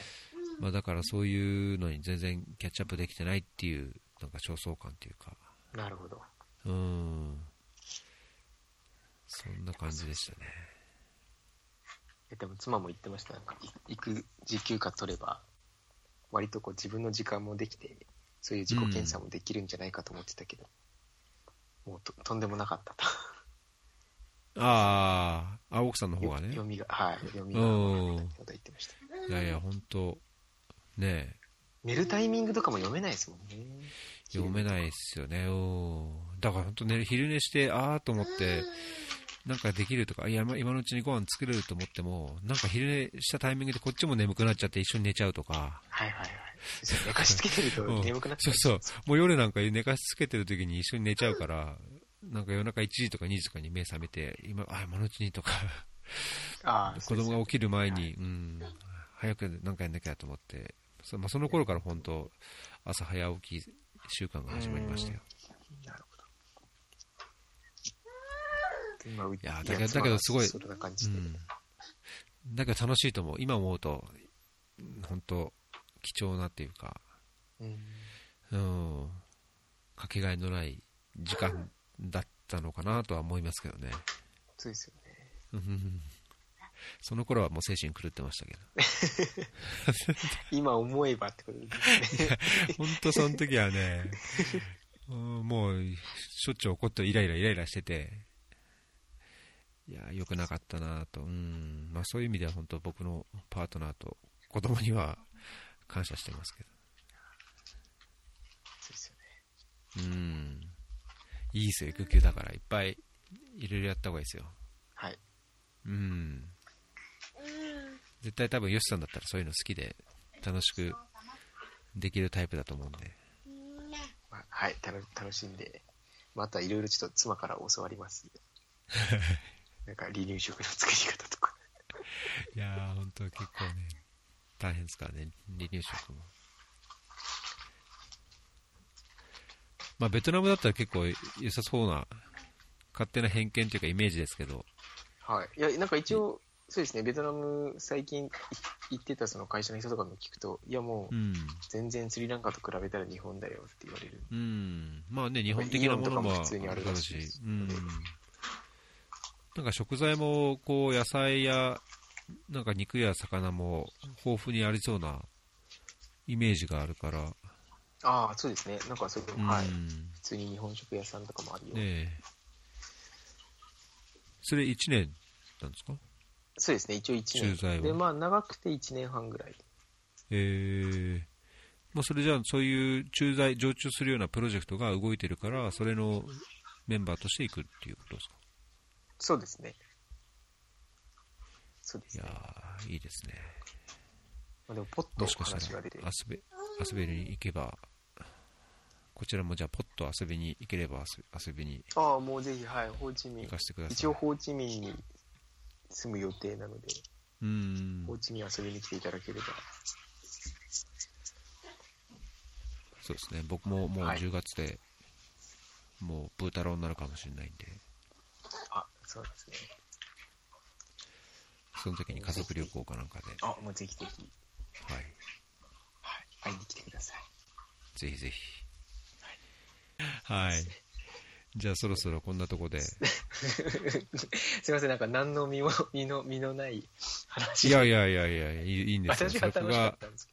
Speaker 1: まあ、だからそういうのに全然キャッチアップできてないっていう、なんか焦燥感っていうか、
Speaker 2: なるほど。
Speaker 1: うん、そんな感じでしたね。
Speaker 2: えでも妻も言ってました。なんか、い育時休暇取れば、割とこう自分の時間もできて、そういう自己検査もできるんじゃないかと思ってたけど、もうととんでもなかったと。
Speaker 1: あーあ、奥さんの方がね。
Speaker 2: 読みが、はい。読みが、
Speaker 1: うん
Speaker 2: 先ほど言ってました。
Speaker 1: いやいや、本当ね
Speaker 2: 寝るタイミングとかも読めないですもんね。
Speaker 1: え読めないですよね。うんだから本当ね、昼寝して、ああと思って、なんかできるとか、いや、ま今のうちにご飯作れると思っても、なんか昼寝したタイミングでこっちも眠くなっちゃって一緒に寝ちゃうとか、
Speaker 2: はいはいはい。寝かしつけてると
Speaker 1: うん
Speaker 2: 眠くなっち
Speaker 1: そ
Speaker 2: ゃ
Speaker 1: うそう、もう夜なんか寝かしつけてる時に一緒に寝ちゃうから、なんか夜中1時とか2時とかに目覚めて、今、あ、今のうちにとか、
Speaker 2: う。ああ、
Speaker 1: 子供が起きる前に、うん、早くなんかやんなきゃと思って、そ,、まあ、その頃から本当、朝早起き習慣が始まりましたよ。
Speaker 2: なるほど。今うい
Speaker 1: やだけどだけどすごい
Speaker 2: そんな感じで。
Speaker 1: うん、だけど楽しいと思う、今思うと、うん本当、貴重なっていうか、
Speaker 2: うん
Speaker 1: うん、かけがえのない時間だったのかなとは思いますけどね、
Speaker 2: そうですよね。
Speaker 1: うんその頃はもう精神狂ってましたけ
Speaker 2: 今思えばってことですね。
Speaker 1: ど、 [laughs] 本当、その時はね、うんもうしょっちゅう怒って、イライライライラしてて。いや良くなかったなと、うんまあ、そういう意味では本当僕のパートナーと子供には感謝してますけど。
Speaker 2: そうですよ
Speaker 1: う
Speaker 2: ね。
Speaker 1: ん。いいですよ、育休だから。いっぱい、いろいろやった方がいいですよ。
Speaker 2: はい。
Speaker 1: うん。絶対多分、ヨシさんだったらそういうの好きで、楽しくできるタイプだと思うんで。
Speaker 2: まあ、はい。楽楽しんで。またいろいろちょっと妻から教わります。
Speaker 1: [laughs]
Speaker 2: なんか離乳食の作り方とか。
Speaker 1: いやー、本当結構ね、大変ですからね、離乳食も。まあ、ベトナムだったら結構良さそうな、勝手な偏見というかイメージですけど、
Speaker 2: はい。いや、なんか一応、そうですね。ベトナム最近い行ってたその会社の人とかも聞くと、いやもう
Speaker 1: うん。
Speaker 2: 全然スリランカと比べたら日本だよって言われる。
Speaker 1: うん、まあね、日本的なものも
Speaker 2: イオンとかも普通にあるらしいです
Speaker 1: うん、なんか食材もこう野菜やなんか肉や魚も豊富にありそうなイメージがあるから、
Speaker 2: ああ、そうですね。なんかそういう
Speaker 1: うん
Speaker 2: の、はい。普通に日本食屋さんとかもあるよ。
Speaker 1: ねえそれ1年なんですか
Speaker 2: そうですね。一応1
Speaker 1: 駐在は
Speaker 2: 年。で、まあ長くて1年半ぐらい。
Speaker 1: えーまあ、それじゃあそういう駐在常駐するようなプロジェクトが動いてるからそれのメンバーとしていくっていうことですか
Speaker 2: そうですね。そうで
Speaker 1: い
Speaker 2: すね。
Speaker 1: やーいいですね
Speaker 2: まあ、でも、ポッと
Speaker 1: もしかし
Speaker 2: 話
Speaker 1: たら
Speaker 2: が出て。
Speaker 1: 遊び遊びに行けば、こちらもじゃあ、ポッと遊びに行ければ遊び遊びに
Speaker 2: ああ、もうぜひ、はい。ホーチミ
Speaker 1: 行
Speaker 2: ン
Speaker 1: か。せてください。
Speaker 2: 一応、ホーチミンに住む予定なので、
Speaker 1: うーん
Speaker 2: ホーチミン遊びに来ていただければ。
Speaker 1: そうですね、僕ももう
Speaker 2: はい
Speaker 1: 10月で、もうブー太郎になるかもしれないんで、
Speaker 2: あ、そうですね。
Speaker 1: その時に家族旅行かなんかで、
Speaker 2: あ、もうぜひぜひ、
Speaker 1: はい、
Speaker 2: はい、会いに来てください。
Speaker 1: ぜひぜひ。はい。じゃあそろそろこんなとこ
Speaker 2: [laughs]
Speaker 1: で。
Speaker 2: すいません、なんか何の身も、 [laughs] 身の、身のない話。
Speaker 1: いやいやいやいや、いいいいんですよ。そ
Speaker 2: 私が
Speaker 1: れ
Speaker 2: 楽しか
Speaker 1: が
Speaker 2: っ、たんですけ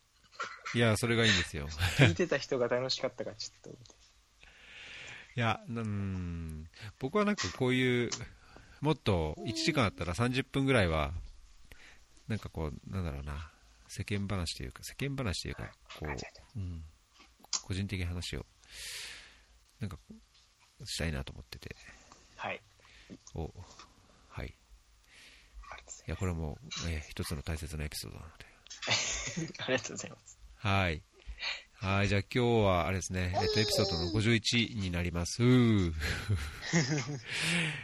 Speaker 1: いや、それがいいんですよ。
Speaker 2: ど、聞いてた人が楽しかったからちょっと。
Speaker 1: いや、うーん、僕はなんかこういう、もっと1時間あったら30分ぐらいは、なんかこう、なんだろうな、世間話というか、世間話というか、こ、
Speaker 2: はいはいはい
Speaker 1: う
Speaker 2: う
Speaker 1: ん、個人的な話を、なんか、したいなと思ってて、
Speaker 2: はい。
Speaker 1: お、はい。
Speaker 2: ありがとうござい
Speaker 1: いや、これも、えー一つの大切なエピソードなので。
Speaker 2: ます。 [laughs] ありがとうございます。
Speaker 1: はい。はい、じゃあ今日は、あれですね、えっと、エピソードの51になります。う [laughs] ー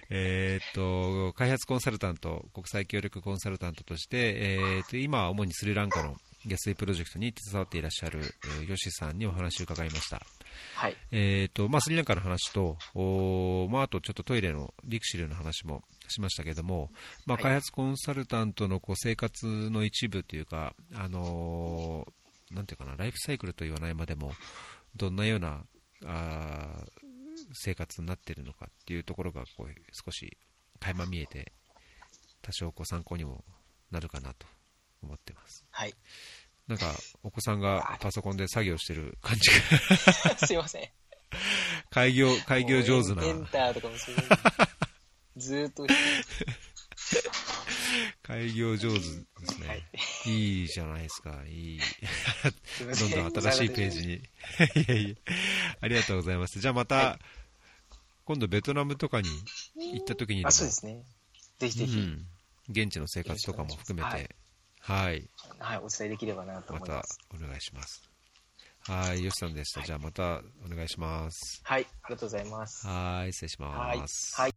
Speaker 1: えーっと、開発コンサルタント、国際協力コンサルタントとして、えーっと、今は主にスリランカの月水プロジェクトに携わっていらっしゃる、えーヨシさんにお話を伺いました。
Speaker 2: はい。
Speaker 1: えーとまあ、スリランカの話と、おーまあ、あとちょっとトイレのリクシルの話もしましたけども、まあ、
Speaker 2: はい
Speaker 1: 開発コンサルタントのこう生活の一部というか、あのーなんていうかな、ライフサイクルと言わないまでも、どんなようなあー生活になっているのかっていうところがこう少し垣間見えて、多少こう参考にもなるかなと思ってます。 [laughs]
Speaker 2: はい。
Speaker 1: なんかお子さんがパソコンで作業してる感じが [laughs]
Speaker 2: すいません。
Speaker 1: 開業、開業上手な
Speaker 2: もう、エンターとかもすごい。ずーっと、
Speaker 1: 開業上手ですね。
Speaker 2: はい
Speaker 1: い、いじゃないですか、いい。
Speaker 2: [laughs] すいませ
Speaker 1: どんどん新しいページに。いやいや、ありがとうございます。じゃあまた、
Speaker 2: は
Speaker 1: 今度ベトナムとかに行った時にでも
Speaker 2: あ、そうですね。ぜひぜひ、
Speaker 1: うん現地の生活とかも含めて、はい、
Speaker 2: はい、お伝えできればなと
Speaker 1: ま
Speaker 2: 思い
Speaker 1: た
Speaker 2: ます。
Speaker 1: お願いします。はい、よしさんでした。じゃあまたお願いします。
Speaker 2: はい、ありがとうございます。
Speaker 1: はい、失礼し
Speaker 2: はい
Speaker 1: ます。。
Speaker 2: はい。